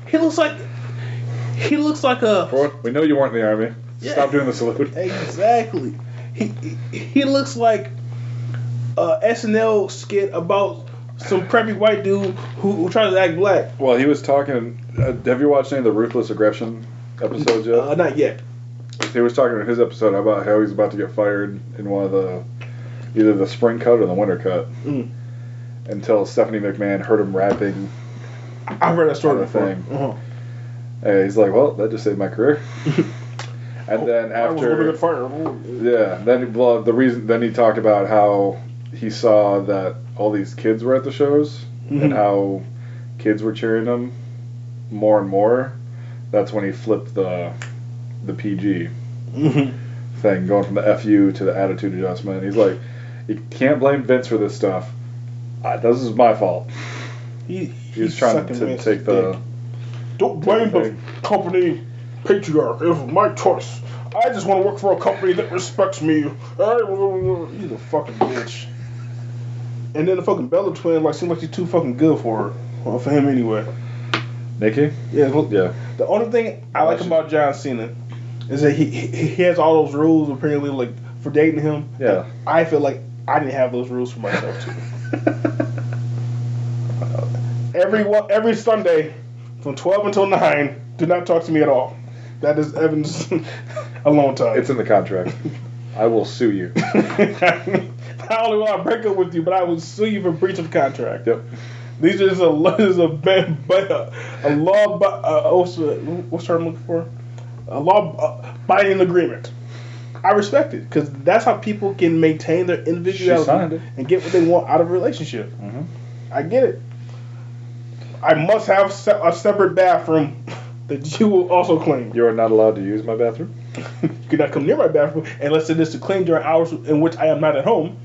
He looks like he looks like a
Roy, we know you weren't in the army.
Yeah.
Stop doing the salute.
Exactly. He he- he looks like uh, a SNL skit about some preppy white dude who, who tries to act black.
Well, he was talking. Uh, have you watched any of the Ruthless Aggression episodes yet?
Uh, not yet.
he was talking in his episode about how he's about to get fired in one of the either the spring cut or the winter cut
Mm.
until Stephanie McMahon heard him rapping.
I- I've read that story
Other
before.
thing.
Uh-huh.
And he's like, "Well, that just saved my
<laughs>
career." and then
I was living in
after,
fire.
yeah, then he, well, the reason then he talked about how he saw that all these kids were at the shows and
Mhm.
how kids were cheering him more and more. That's when he flipped the the PG.
Mhm.
thing, going from the FU to the attitude adjustment. He's like, you can't blame Vince for this stuff. I, this is my fault.
He,
He was trying
sucking
to
Vince's
take the.
dick. Don't blame the
thing.
company patriarch. It was my choice. I just want to work for a company that respects me. I- He's a fucking bitch. And then the fucking Bella twin, like, seems like she's too fucking good for her. Well, for him anyway.
Nikki?
Yeah, look,
Yeah.
the only thing I like about John Cena is that he he he has all those rules apparently like for dating him.
Yeah.
I feel like I didn't have those rules for myself too. every one- every Sunday from twelve until nine, do not talk to me at all. That is Evan's <laughs> alone
<laughs>
time.
It's in the contract. I will sue you.
Not only will <laughs> I break up with you, but I will sue you for breach of contract.
Yep.
These are just <laughs> a this is a ban- but a, a law by uh, what's the- what's the term I'm looking for? a law-abiding agreement. I respect it because that's how people can maintain their individuality
signed it.
and get what they want out of a relationship. I get it. I must have se- a separate bathroom that you will also clean. <laughs>
You are not allowed to use my bathroom.
you cannot come near my bathroom unless it is to clean during hours in which I am not at home.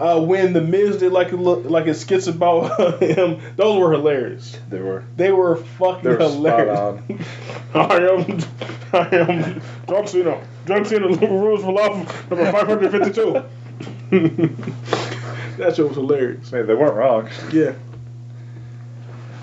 Uh, when the Miz did like a look, like his skits about <laughs> him, those were hilarious.
They were.
They were fucking
They were
hilarious. <laughs> I am, I am John Cena. John Cena rules for love number five hundred fifty-two. <laughs> that shit was hilarious.
Hey, they weren't wrong.
Yeah.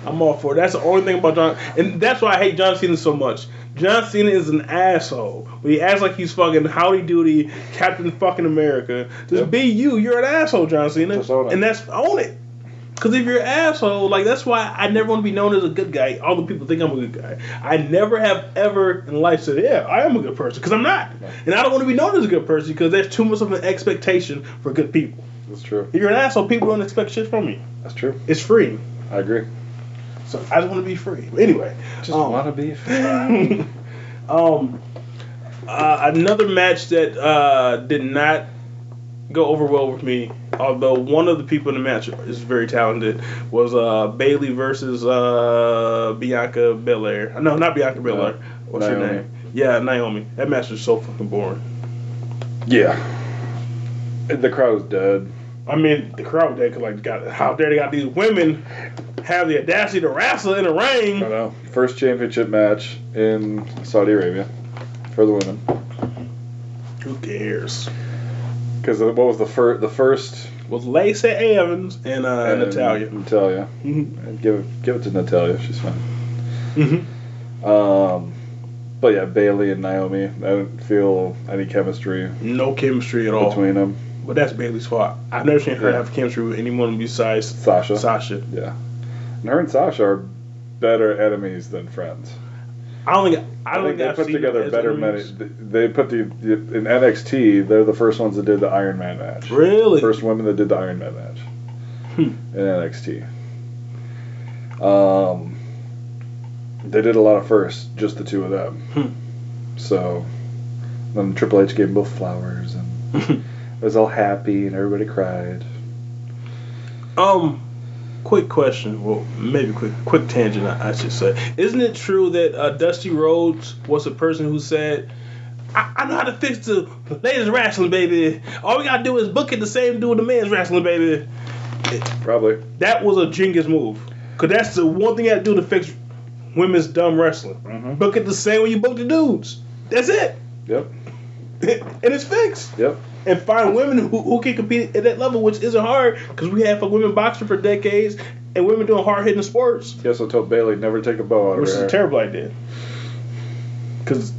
I'm all for it. That's the only thing about John, and that's why I hate John Cena so much. John Cena is an asshole, but he acts like he's fucking Howdy Doody, Captain Fucking America. Just
Yep.
be you. You're an asshole, John Cena,
Just own it.
and that's own it. Because if you're an asshole, like that's why I never want to be known as a good guy. All the people think I'm a good guy. I never have ever in life said, "Yeah, I am a good person," because I'm not, and I don't want to be known as a good person because there's too much of an expectation for good people.
That's true.
If you're an asshole, people don't expect shit from you.
That's true.
It's free.
I agree.
So I just want to be free. Anyway,
Just
um, <laughs>
want to be.
um, uh, another match that uh, did not go over well with me, although one of the people in the match is very talented, was uh, Bailey versus uh, Bianca Belair. No, not Bianca Belair. What's her
Naomi.
name? Yeah, Naomi. That match was so fucking boring.
Yeah. The crowd was dead.
I mean, the crowd there could like got how dare they got these women have the audacity to wrestle in the
I
ring.
know. First championship match in Saudi Arabia for the women.
Who cares?
Because what was the first? The first
Was Lacey Evans and, uh,
and um,
Natalia.
Natalia.
Mhm.
And give it, give it to Natalia. She's fine.
Mhm.
Um, but yeah, Bailey and Naomi. I didn't feel any chemistry
No chemistry at all.
between them.
But that's Bailey's fault. I've never seen her
Yeah.
have chemistry with anyone besides
Sasha.
Sasha.
Yeah. And her and Sasha are better enemies than friends.
I don't think I
I
don't
think
think
they
I've
put
seen them
together
as
better many.
enemies.
They put the the- in NXT. They're the first ones that did the Iron Man match.
Really? Hmm.
First women that did the Iron Man match in NXT. Um, they did a lot of firsts, just the two of them.
Hmm.
So then Triple H gave them both flowers, and it was all happy, and everybody cried.
<laughs> Um, quick question. Well, maybe quick quick tangent. I, I should say. Isn't it true that uh, Dusty Rhodes was the person who said? I I know how to fix the ladies' wrestling, baby. All we gotta do is book it the same dude the men's wrestling, baby.
Probably.
That was a genius move. Cause that's the one thing I do to fix women's dumb wrestling. Book it the same way you book the dudes. That's it.
Mm-hmm. Yep.
<laughs> and it's fixed.
Yep.
And find women who, who can compete at that level, which isn't hard because we had for women boxing for decades and women doing hard hitting sports,
He also told Bailey never take a bow out
which
of her.
is a
hair.
terrible idea. Because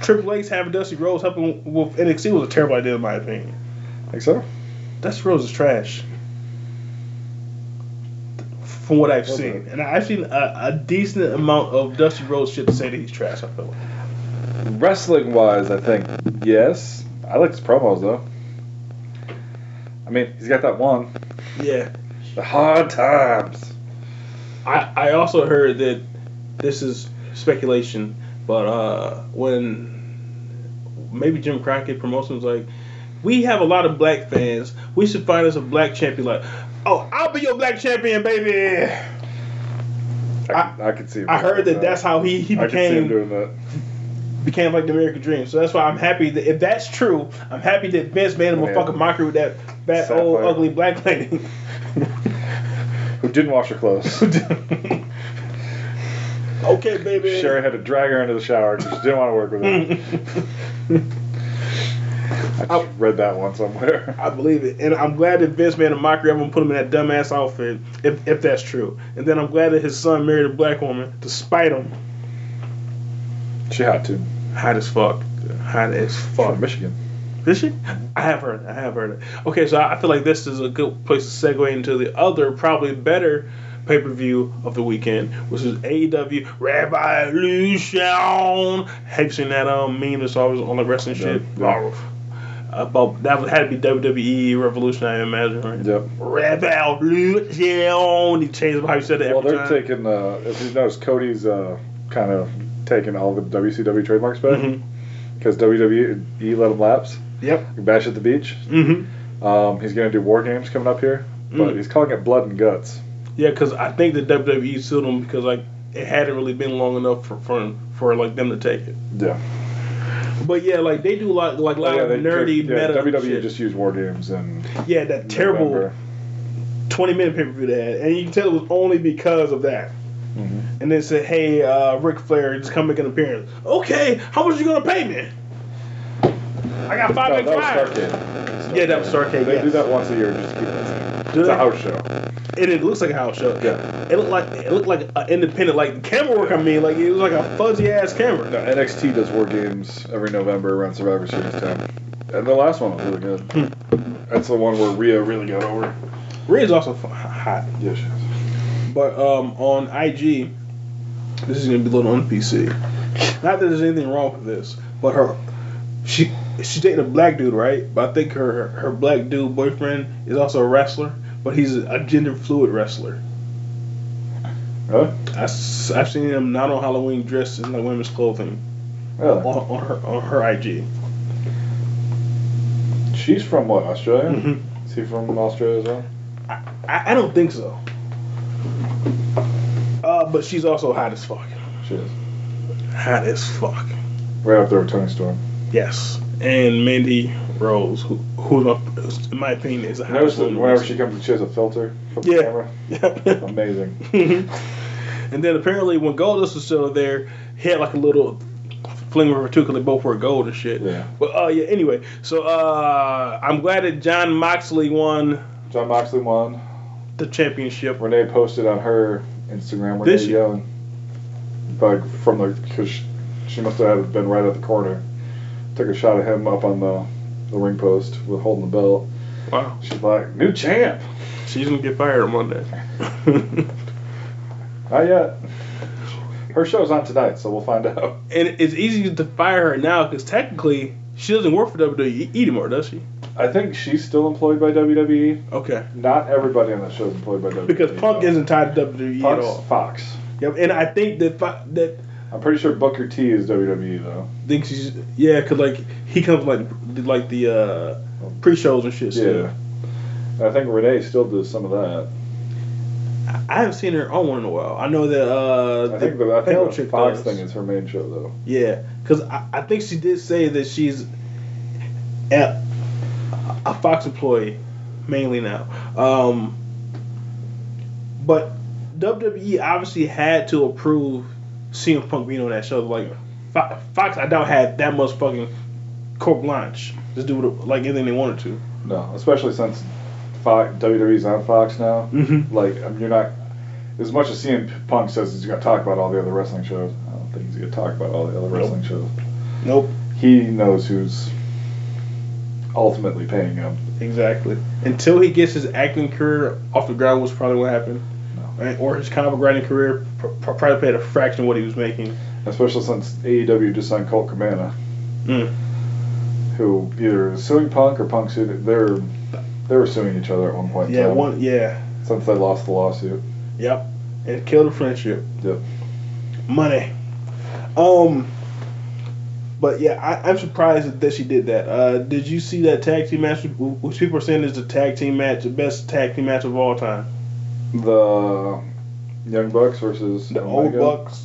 Triple H having Dusty Rhodes helping with NXT was a terrible idea in my opinion.
Think so?
Dusty Rhodes is trash. From what I've
Well,
seen, and I've seen a, a decent amount of Dusty Rhodes shit to say that he's trash. I feel like.
Wrestling wise, I think yes. I like his promos though. I mean, he's got that one.
Yeah,
The hard times.
I, I also heard that this is speculation, but uh, when maybe Jim Crockett promotion was like, we have a lot of black fans. We should find us a black champion. Like, oh, I'll be your black champion, baby.
I,
I-
I, could see. him
I heard
doing
that that's how he, he
I could see him
became
doing that. <laughs>
became like the American Dream. So that's why I'm happy that if that's true, I'm happy that Vince made him a
Yeah.
fucking mockery with that fat old
Sapphire.
ugly black lady. <laughs>
Who didn't wash her clothes?
okay, baby.
Sherry had to drag her into the shower because she didn't want to work with him. I just read that one somewhere.
<laughs> I believe it, and I'm glad that Vince made a mockery of him, and put him in that dumbass outfit, if if that's true. And then I'm glad that his son married a black woman, despite him.
She had to.
Hot as fuck. Hot as
From
fuck.
Michigan.
Did she? I have heard. I have heard it. Okay, so I I feel like this is a good place to segue into the other, probably better pay per view of the weekend, which is AEW Revolution. Have you seen that um meme that's always on the wrestling
Yeah,
shit?
yeah.
About that would had to be WWE Revolution, I imagine, right?
Yep.
Revolution. He changed how you said it every
Well, they're
time.
taking. Uh, if you notice, Cody's uh, kind of taking all the WCW trademarks back
Mm-hmm.
because WWE let him lapse.
Yep.
Bash at the beach.
Mm-hmm.
Um, he's gonna do War Games coming up here, but
Mm.
he's calling it Blood and Guts.
Yeah, because I think the WWE E sued them because like it hadn't really been long enough for for, for like them to take it.
Yeah.
But yeah, like they do like like a lot
Oh, yeah,
of nerdy
yeah,
meta
WWE
shit.
just used War Games and
yeah, that terrible
November.
twenty minute pay per view they had, and you can tell it was only because of that.
Mm-hmm.
And they said, "Hey, uh, Ric Flair, just come make an appearance." Okay, how much you gonna pay me? I got five
No,
big
that was
five.
Starcade.
Yeah, that was Starcade,
They
yes.
do that once a year. Just to keep it the same.
Do
It's
they?
a house show.
And it looks like a house show.
Yeah.
It looked like it looked like an independent like camera work. I mean, like it was like a fuzzy ass camera.
No, NXT does War Games every November around Survivor Series time, and the last one was really good. That's the one where Rhea really got over.
Rhea's also fu- hot.
Yes, she is.
But um, on IG, this is gonna be loaded on PC. Not that there's anything wrong with this, but her, she she's dating a black dude, right? But I think her her black dude boyfriend is also a wrestler, but he's a gender fluid wrestler.
Really?
I, have seen him not on Halloween dressed in like women's clothing on,
Really?
on her on her IG.
She's from what Australia?
Mhm.
Is he from Australia as well?
I, I don't think so. Uh, but she's also hot as fuck.
She is.
Hot as fuck.
Right up there with Tony Storm.
Yes, and Mandy Rose, who, who in my opinion is a
I noticed that
household
whenever
name.
she comes, she has a filter for the
Yeah.
camera.
<laughs>
Amazing.
and then apparently when Goldust was still there, he had like a little fling with her too, 'cause they both were gold and shit.
Yeah.
But uh, yeah. Anyway, so uh, I'm glad that John Moxley won
John Moxley won.
the championship.
Renee posted on her Instagram. Renee
Did she?
Young. Like from the because she, she must have been right at the corner. Took a shot of him up on the the ring post with holding the belt.
Wow.
She's like, new champ.
She's gonna get fired on Monday. <laughs>
Not yet. Her show's on tonight, so we'll find out.
and it's easy to fire her now because technically she doesn't work for WWE anymore, does she?
I think she's still employed by WWE.
Okay.
Not everybody on that show is employed by WWE.
Because Punk
though.
isn't tied to WWE at all.
Punk's Fox.
Yep, and I think that fi- that
I'm pretty sure Booker T is WWE though.
thinks he's yeah, cause like he comes like like the uh, pre-shows and shit. Still.
Yeah. And I think Renee still does some of that.
I haven't seen her on one in a while. I know that uh,
I think the, I
Pale
think the
chick
Fox
does.
thing is her main show though.
yeah, cause I, I think she did say that she's a, a Fox employee mainly now. Um, but WWE obviously had to approve CM Punk being on that show. Like Fo- Fox, I doubt had that much fucking carte blanche. Just do what, like anything they wanted to.
No, especially since Fox, WWE's on Fox now.
Mhm.
Like I mean, you're not as much as CM Punk says he's gonna talk about all the other wrestling shows. I don't think he's gonna talk about all the other wrestling shows.
Nope.
He knows who's ultimately paying him.
Exactly. Until he gets his acting career off the ground, which probably won't happen,
No.
right? or his comic writing career pr- pr- probably paid a fraction of what he was making.
Especially since AEW just signed Colt Cabana,
Mm.
who either is suing Punk or Punk sued. They're they were suing each other at one point. in
Yeah,
time,
one. Yeah,
since they lost the lawsuit.
yep. And it killed a friendship.
Yep.
Money. Um. But yeah, I, I'm surprised that she did that. Uh, did you see that tag team match, which people are saying is the tag team match, the best tag team match of all time?
The Young Bucks versus
The old
Omega.
Bucks.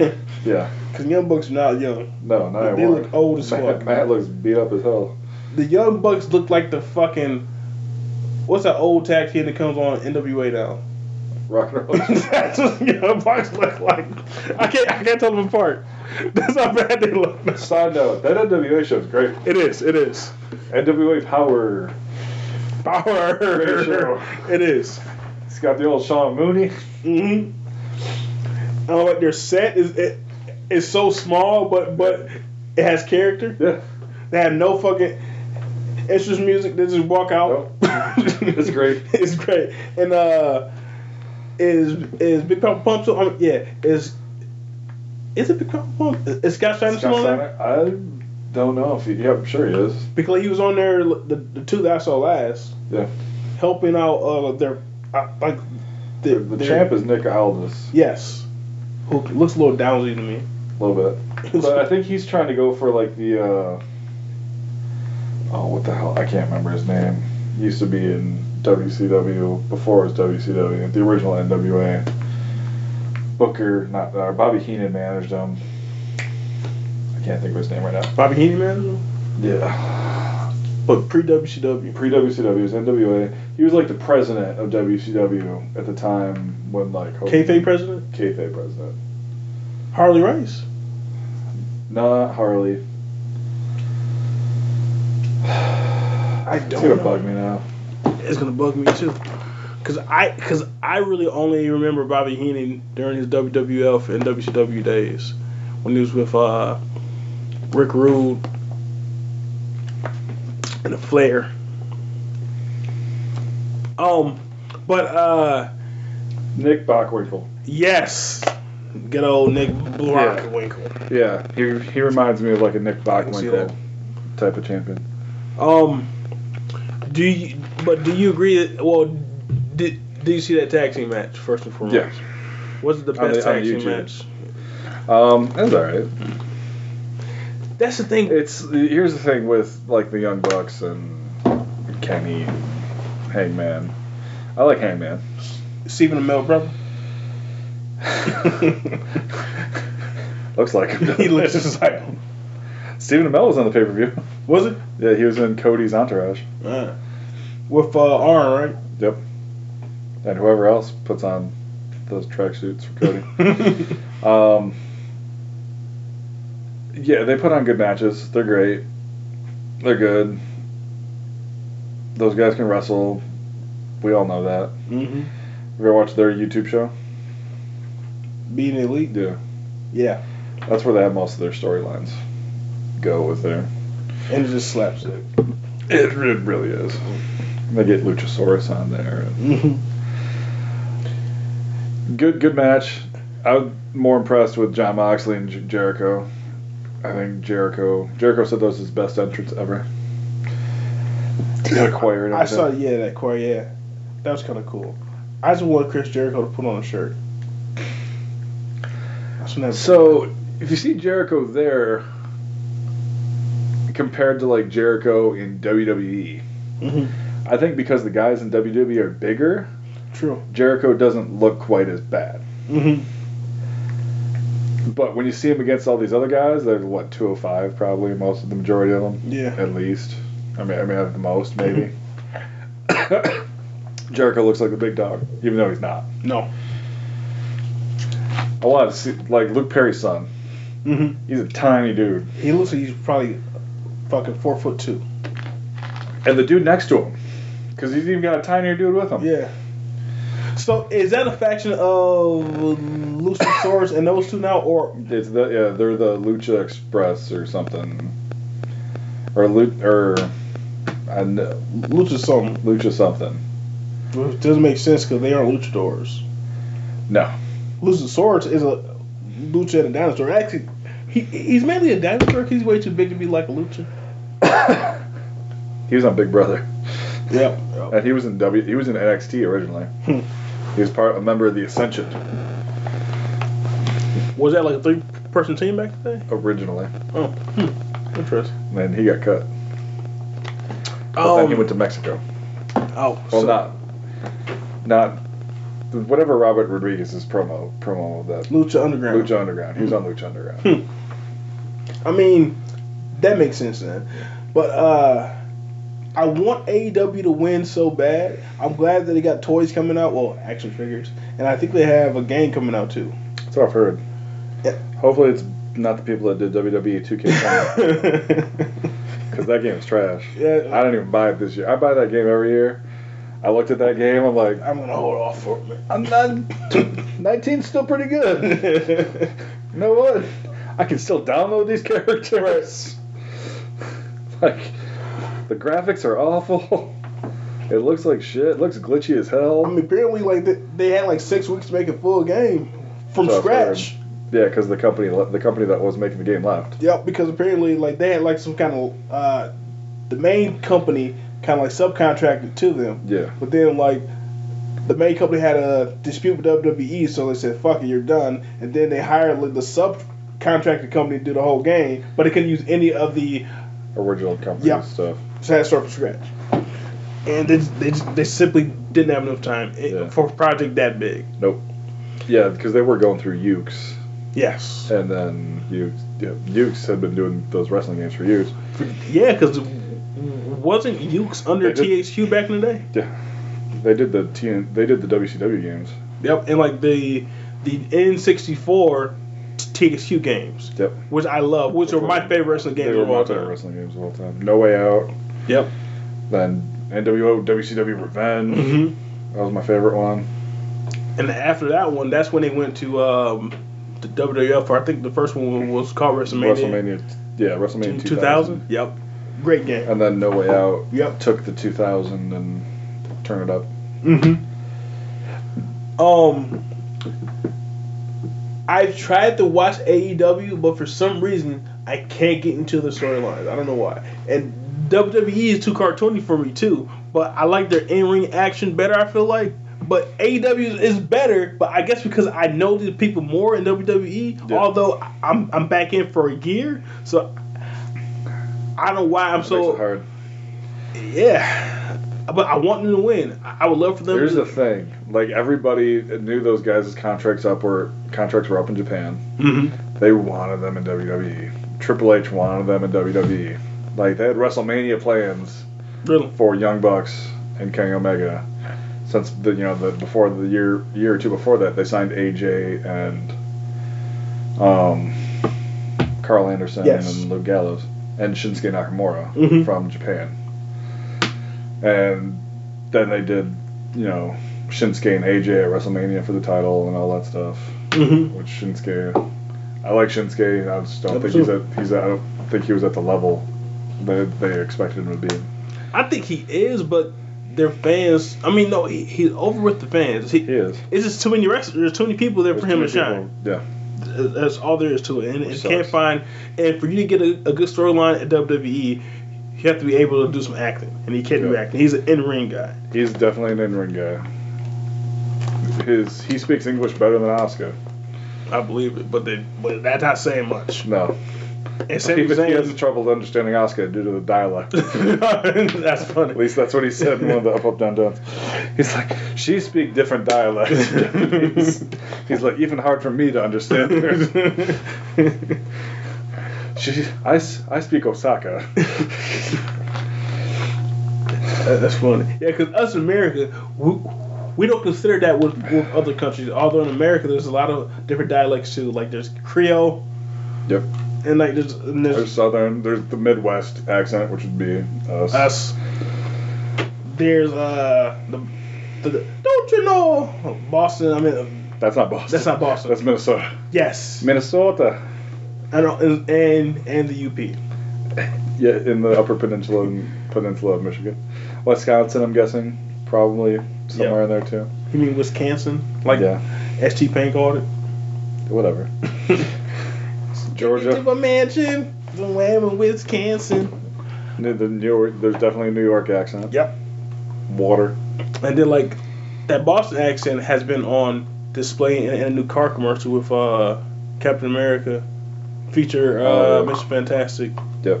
Oh Yeah.
Because young Bucks are not young.
No, not
They
anymore.
look old as
Matt,
fuck.
Matt looks beat up as hell.
The Young Bucks look like the fucking what's that old tag team that comes on NWA now?
Rock and roll.
<laughs>
<laughs>
That's what the Young Bucks look like. I can't I can't tell them apart. <laughs> That's how bad they look.
Side note, that NWA show is great.
It is, it is.
NWA Power.
Power.
Great show.
<laughs> It is.
It's got the old Sean Mooney.
Mm-hmm. Oh, like their set is it is so small, but but it has character.
Yeah,
They have no fucking. It's just music. They just walk out.
it's great.
<laughs> it's great. And uh, is is Big Papa Pump? still- I mean, yeah, is is it Big Papa Pump? Is Scott
Scott
Steiner still on there?
Steiner. I don't know if he. Yeah, I'm sure he is.
Because he was on there the, the two that I saw last,
Yeah.
helping out uh their uh, like
The, the
their-
champ is Nick Aldis.
Yes, who looks a little downsy to me.
a little bit. But I think he's trying to go for like the uh, oh what the hell I can't remember his name. He used to be in WCW before it was WCW, the original NWA. Booker, not uh, Bobby Heenan managed him. I can't think of his name right now.
Bobby Heenan, man.
Yeah.
But pre WCW.
Pre WCW, was NWA. He was like the president of WCW at the time when like
Kayfabe president?
Kayfabe president.
Harley Race.
Not Harley.
<sighs> I don't
It's gonna
know.
bug me now.
It's gonna bug me too. Cause I, cause I really only remember Bobby Heenan during his WWF and WCW days, when he was with uh, Rick Rude and the Flair. Um, but uh,
Nick Bockwinkel.
yes, good old Nick Bockwinkel.
Yeah, he, he reminds me of like a Nick
can see that.
Bockwinkel type of champion.
Um, do you? But do you agree? That, well, did do you see that tag team match first and foremost?
Yeah.
Was it the
On
best
the- on
tag team
YouTube.
match?
Um, that's all right.
That's the
<laughs>
thing.
It's here's the thing with like the Young Bucks and Kenny, and Hangman. I like Hangman.
Stephen and Mel brother.
<laughs> Looks like <laughs> him.
he looks just like him.
Stephen Amell was on the pay per view.
Was it?
Yeah, he was in Cody's entourage.
Uh, with uh, Arn,
Yep. And whoever else puts on those tracksuits for
<laughs>
Cody.
right?
Um, yeah, they put on good matches. They're great. They're good. Those guys can wrestle. We all know that.
mm-hmm.
Have you ever watched their YouTube show?
Being elite.
Yeah.
Yeah.
That's where they have most of their storylines go with their.
And it just slaps it.
It, it really is. They get Luchasaurus on there.
<laughs> Mm-hmm.
Good good match. I'm more impressed with John Moxley and Jer- Jericho. I think Jericho Jericho said that was his best entrance ever. He had a choir and
I saw,
everything.
yeah, that core, yeah. That was kind of cool. I just want Chris Jericho to put on a shirt. That's what
So if you see Jericho there compared to like Jericho in WWE,
Mhm.
I think because the guys in WWE are bigger,
Mm-hmm. True.
Jericho doesn't look quite as bad.
Mm-hmm.
But when you see him against all these other guys, they're what 205 probably most of the majority of them.
Yeah. Mm-hmm.
At least. I mean, I mean, at the most, maybe. <coughs> Jericho looks like the big dog, even though he's not.
No.
I want to see, like, Luke Perry's son.
Mm-hmm.
He's a tiny dude.
He looks like he's probably fucking four foot two.
And the dude next to him, because he's even got a tinier dude with him.
Yeah. So is that a faction of Luchasaurus and those two now, or
It's the, yeah, they're the Lucha Express or something. Or, Lu- or I know,
Lucha something?
Lucha something.
Which doesn't make sense because they aren't luchadors.
No.
Luchasaurus is a lucha and a dinosaur. Actually, he he's mainly a dinosaur. 'cause He's way too big to be like a lucha.
<laughs> He was on Big Brother.
Yep.
And he was in W. He was in NXT originally. he was part a member of the Ascension
<laughs> Was that like a three person team back then?
originally,
Oh, hmm. interesting.
and then he got cut. But
Oh,
then he went to Mexico.
oh,
Well,
so
not, not, whatever Robert Rodriguez's promo promo of that
lucha underground. Hmm.
Lucha Underground. He was on Lucha Underground.
I mean, that makes sense then. But uh I want AEW to win so bad. I'm glad that they got toys coming out, well, action figures, and I think they have a game coming out too.
That's what I've heard.
Yeah.
Hopefully, it's not the people that did E WWE 2K
<laughs>
because that game is trash. I
yeah,
don't even buy it this year. I buy that game every year. I looked at that game. I'm like,
I, am gonna hold off for a minute.
I'm not.
<laughs>
19's still pretty good. <laughs> You know what? I can still download these characters. like, the graphics are awful. <laughs> It looks like shit. It looks glitchy as
I
hell.
mean, apparently, like they, they had like six weeks to make a full game from
So I've heard.
scratch.
Yeah, because the company, le- the company that was making the game left.
Yep, because apparently, like they had like some kind of uh, the main company kind of like subcontracted to them.
Yeah.
But then like the main E, company had a dispute with WWE, so they said, "Fuck it, you're done." And then they hired like the sub contracted company to do the whole game, but it can use any of the
Original company
Yeah.
stuff.
had start from scratch. And they they, they simply didn't have enough time i-
Yeah.
for a project that big.
Nope. Yeah, because they were going through Ukes,
Yes.
and then Ukes, yeah, Ukes had been doing those wrestling games for years.
Yeah, because wasn't Ukes under
They did-
THQ back in the day?
Yeah, they did the TN, they did the WCW games.
Yep. And like the the N64 THQ games,
Yep.
which I love, which are my favorite wrestling
They
games
were
of all
my favorite
time.
wrestling games of all time. No Way Out,
Yep.
then NWO, WCW Revenge.
hmm
That was my favorite one.
And after that one, that's when they went to um, the WWF. Or I think the first one was called WrestleMania.
WrestleMania, yeah, WrestleMania
2000.
2000.
Yep. Great game.
And then No Way Out
Yep.
took the 2000 and turned it up.
Mm-hmm. Um, I've tried to watch AEW, but for some reason I can't get into the storylines. I don't know why. And WWE is too cartoony for me too. But I like their in-ring action better. I feel like. But AEW is better, but I guess because I know these people more in WWE,
Yeah.
although I- I'm I'm back in for a year, so I don't know why I'm
That
so
makes it hard.
yeah, but I want them to win. I I would love for them.
Here's
to,
the thing: like everybody knew those guys' contracts up were contracts were up in Japan.
Mhm.
They wanted them in WWE. Triple H wanted them in WWE. Like they had WrestleMania plans
Really?
for Young Bucks and King Omega. Since the you know the before the year year or two before that, they signed AJ and um, Carl Anderson
Yes.
and Luke Gallows and Shinsuke Nakamura
Mhm.
from Japan. And then they did you know Shinsuke and AJ at WrestleMania for the title and all that stuff.
Mm-hmm.
Which Shinsuke, I like Shinsuke. I just don't think he's at he's at, I don't think he was at the level that they expected him to be.
I think he is, but their fans. I mean, no, he, he's over with the fans. He,
He is.
It's just too many wrestlers. There's too many people there for him to
There's too many
shine.
people- Yeah.
Th- That's all there is to it. And, and
sucks.
can't find. And for you to get a, a good storyline at WWE, you have to be able to do some acting, and he can't do
Yeah.
acting. He's an in-ring guy.
He's definitely an in-ring guy. His he speaks English better than Oscar.
I believe it, but they, but that's not saying <laughs> much.
No,
And
he,
Sami
he has <laughs>
Zayn.
trouble understanding Oscar due to the
<laughs>
dialect.
that's funny.
At least that's what he said in one of the up up down downs. He's like, she speak different
<laughs>
dialects. he's, he's like, even hard for me to understand
<laughs>
her. she, I, s- I speak Osaka.
<laughs> That- That's funny. Yeah, because us in America, we, we don't consider that with, with other countries. Although in America, there's a lot of different dialects too. Like there's Creole
Yep.
and like there's, and
There's
there's
southern. There's the Midwest accent, which would be us.
us. There's uh the, the don't you know Boston? I mean
That's not Boston.
That's not Boston.
That's Minnesota.
yes,
Minnesota.
I know, and and, and the UP.
Yeah, in the Upper Peninsula and Peninsula of Michigan, Wisconsin. I'm guessing probably somewhere in there too.
You mean Wisconsin? Like
yeah,
ST Payne called it.
whatever. <laughs>
To
Georgia.
a mansion, in Wisconsin.
New- The New York. There's definitely a New York accent.
Yep.
Water.
And then like that Boston accent has been on display in, in a new car commercial with uh, Captain America feature uh,
Oh.
Mr. Fantastic
Yep.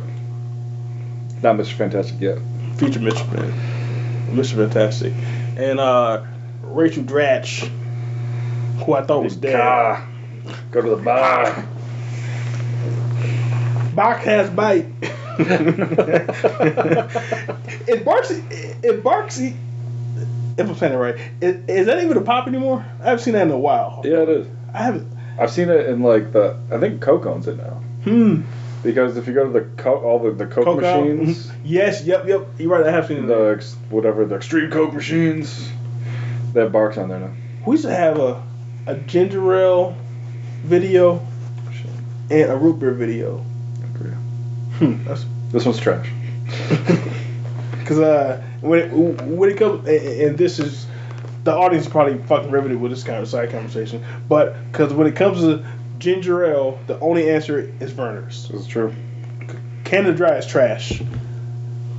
Not Mr. Fantastic yet.
feature Mr. Fan, Mr. Fantastic and uh, Rachel Dratch who I thought was dead.
Ah, Go to the bar.
Bach has
<laughs>
bite. if Barksy, if Barksy, if I'm saying it right, is, is that even a pop anymore? I haven't seen that in a while.
<laughs> Yeah, it is.
I haven't.
I've seen it in like the. I think Coke owns it now.
Hmm.
Because if you go to the Coke, all the, the Coke, Mm-hmm.
Coke out. Mm-hmm.
machines,
Yes, yep, yep. You're right. I have seen
the
that.
ex, whatever the extreme Coke machines, they have barks on there now.
We used to have a, a ginger ale video
Shit.
and a root beer video. Hmm. That's
<laughs> This one's trash.
because uh, when it, when it comes and, and this is the audience is probably fucking riveted with this kind of side conversation, but because when it comes to ginger ale, the only answer is Verner's.
This is true.
Canada Dry is trash.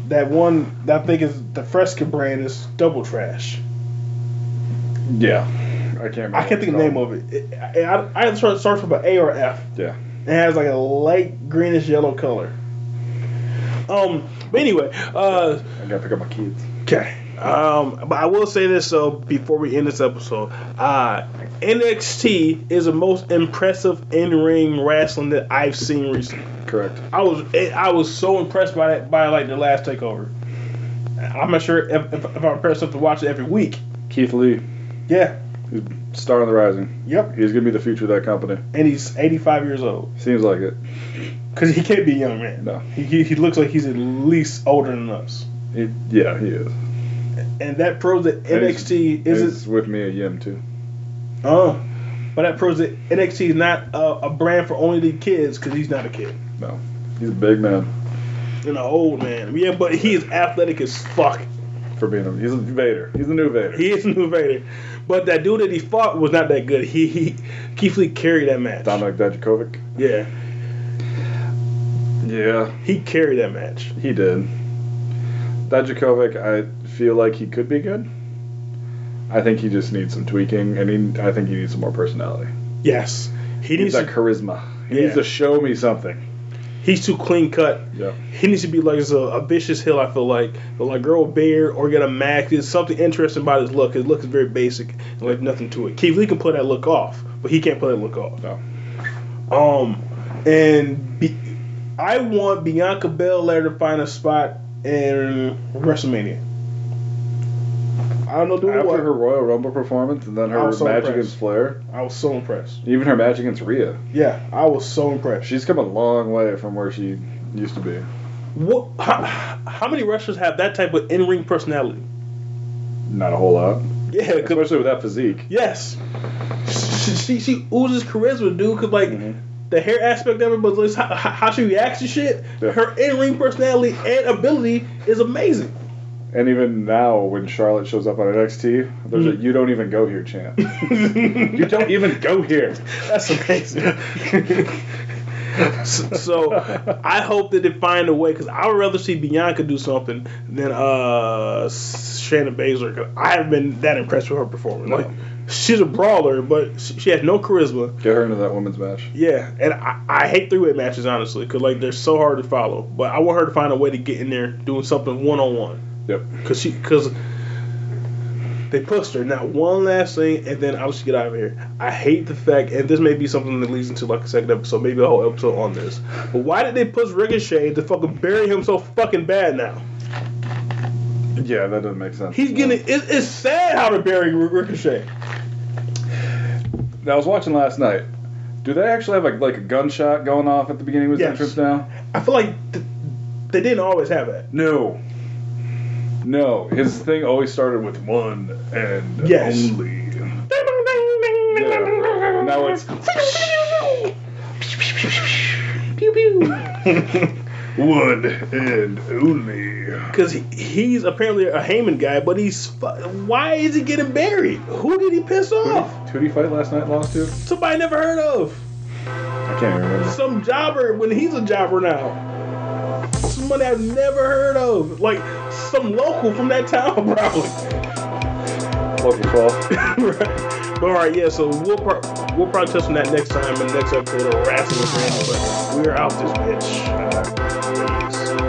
That one that I think is the Fresca brand is double trash.
Yeah. I can't remember.
I can't think of the name of it. It- I, I, I started searching for about A or F.
Yeah.
It has like a light greenish yellow color. Um, but anyway, uh,
I gotta pick up my kids.
Okay. Um, but I will say this though before we end this episode, uh, NXT is the most impressive in-ring wrestling that I've seen recently.
Correct.
I was I was so impressed by that by like the last takeover. I'm not sure if, if, if I'm impressed enough to watch it every week.
Keith Lee,
Yeah.
star in the rising.
Yep.
He's gonna be the future of that company.
And he's 85 years old
Seems like it.
because he can't be a young man.
No.
He, he, he looks like he's at least older than us,
He, yeah, he is.
and that proves that
And he's-
NXT
He's
isn't
with me at Yim too.
Uh, but that proves that NXT is not a, a brand for only the kids because he's not a kid
No, he's a big man
and an old man. Yeah, but he is athletic as fuck. <laughs>
for being a. He's a Vader. He's the new Vader.
He is an innovator. But that dude that he fought was not that good. He, he Keith Lee carried that match.
Dominic Dijakovic.
Yeah,
Yeah,
he carried that match.
he did. Dijakovic, I feel like he could be good. I think he just needs some tweaking, and he, I think he needs some more personality.
Yes, he
He
needs
needs that
to,
charisma. He
Yeah.
needs to show me something.
he's too clean cut.
Yeah.
He needs to be like it's a, a vicious hill. I feel like, but like grow a beard or get a mask. There's something interesting about his look. His look is very basic and like nothing to it. Keith Lee can pull that look off, but he can't pull that look off.
No.
Um, and be, I want Bianca Belair to find a spot in WrestleMania. I don't know do
After
what.
her Royal Rumble performance and then her
I
match
was so
against
impressed.
Flair,
I was so impressed.
even her match against Rhea,
Yeah, I was so impressed.
she's come a long way from where she used to be.
What? How, how many wrestlers have that type of in-ring personality?
Not a whole lot,
Yeah, 'cause-
especially with that physique.
yes. She, she, she oozes charisma, dude. Cause like
Mhm.
the hair aspect of it, but like, how, how she reacts to shit.
Yeah.
Her in-ring personality and ability is amazing.
And even now, when Charlotte shows up on NXT, there's
Mm.
a "You don't even go here" chant. <laughs> you
<laughs>
don't even go here.
That's amazing.
<laughs>
so, so I hope that they find a way because I would rather see Bianca do something than uh Shannon Baszler. 'cause I haven't been that impressed with her performance. Like she's a brawler, but she, she has no charisma.
Get her into that women's match.
Yeah, and I, I hate three way matches honestly because like they're so hard to follow. But I want her to find a way to get in there doing something one on one.
Yep.
Cause she, cause they pushed her. Now one last thing, and then I'll just get out of here. I hate the fact, and this may be something that leads into like a second episode, maybe a whole episode on this. But why did they push Ricochet to fucking bury him so fucking bad now?
Yeah, that doesn't make sense.
He's getting it, it's sad how to bury Ricochet.
I was watching last night. Do they actually have like like a gunshot going off at the beginning of his
Yes.
entrance now?
I feel like th- they didn't always have that.
No. No, his thing always started with one and
Yes.
only. Yeah. Now it's <laughs> one and only.
Because he, he's apparently a Heyman guy, but he's. fu- Why is he getting buried? Who did he piss off?
Who did he fight last night? Lost to?
Somebody never heard of.
I can't remember.
Some jobber when he's a jobber now. Someone I've never heard of. Like some local from that town, <laughs> probably.
Local call.
Right. But all right, yeah. So we'll pro- we'll probably touch on that next time in the next episode of Wrestling with Randy. But we're out this bitch. Uh, Peace.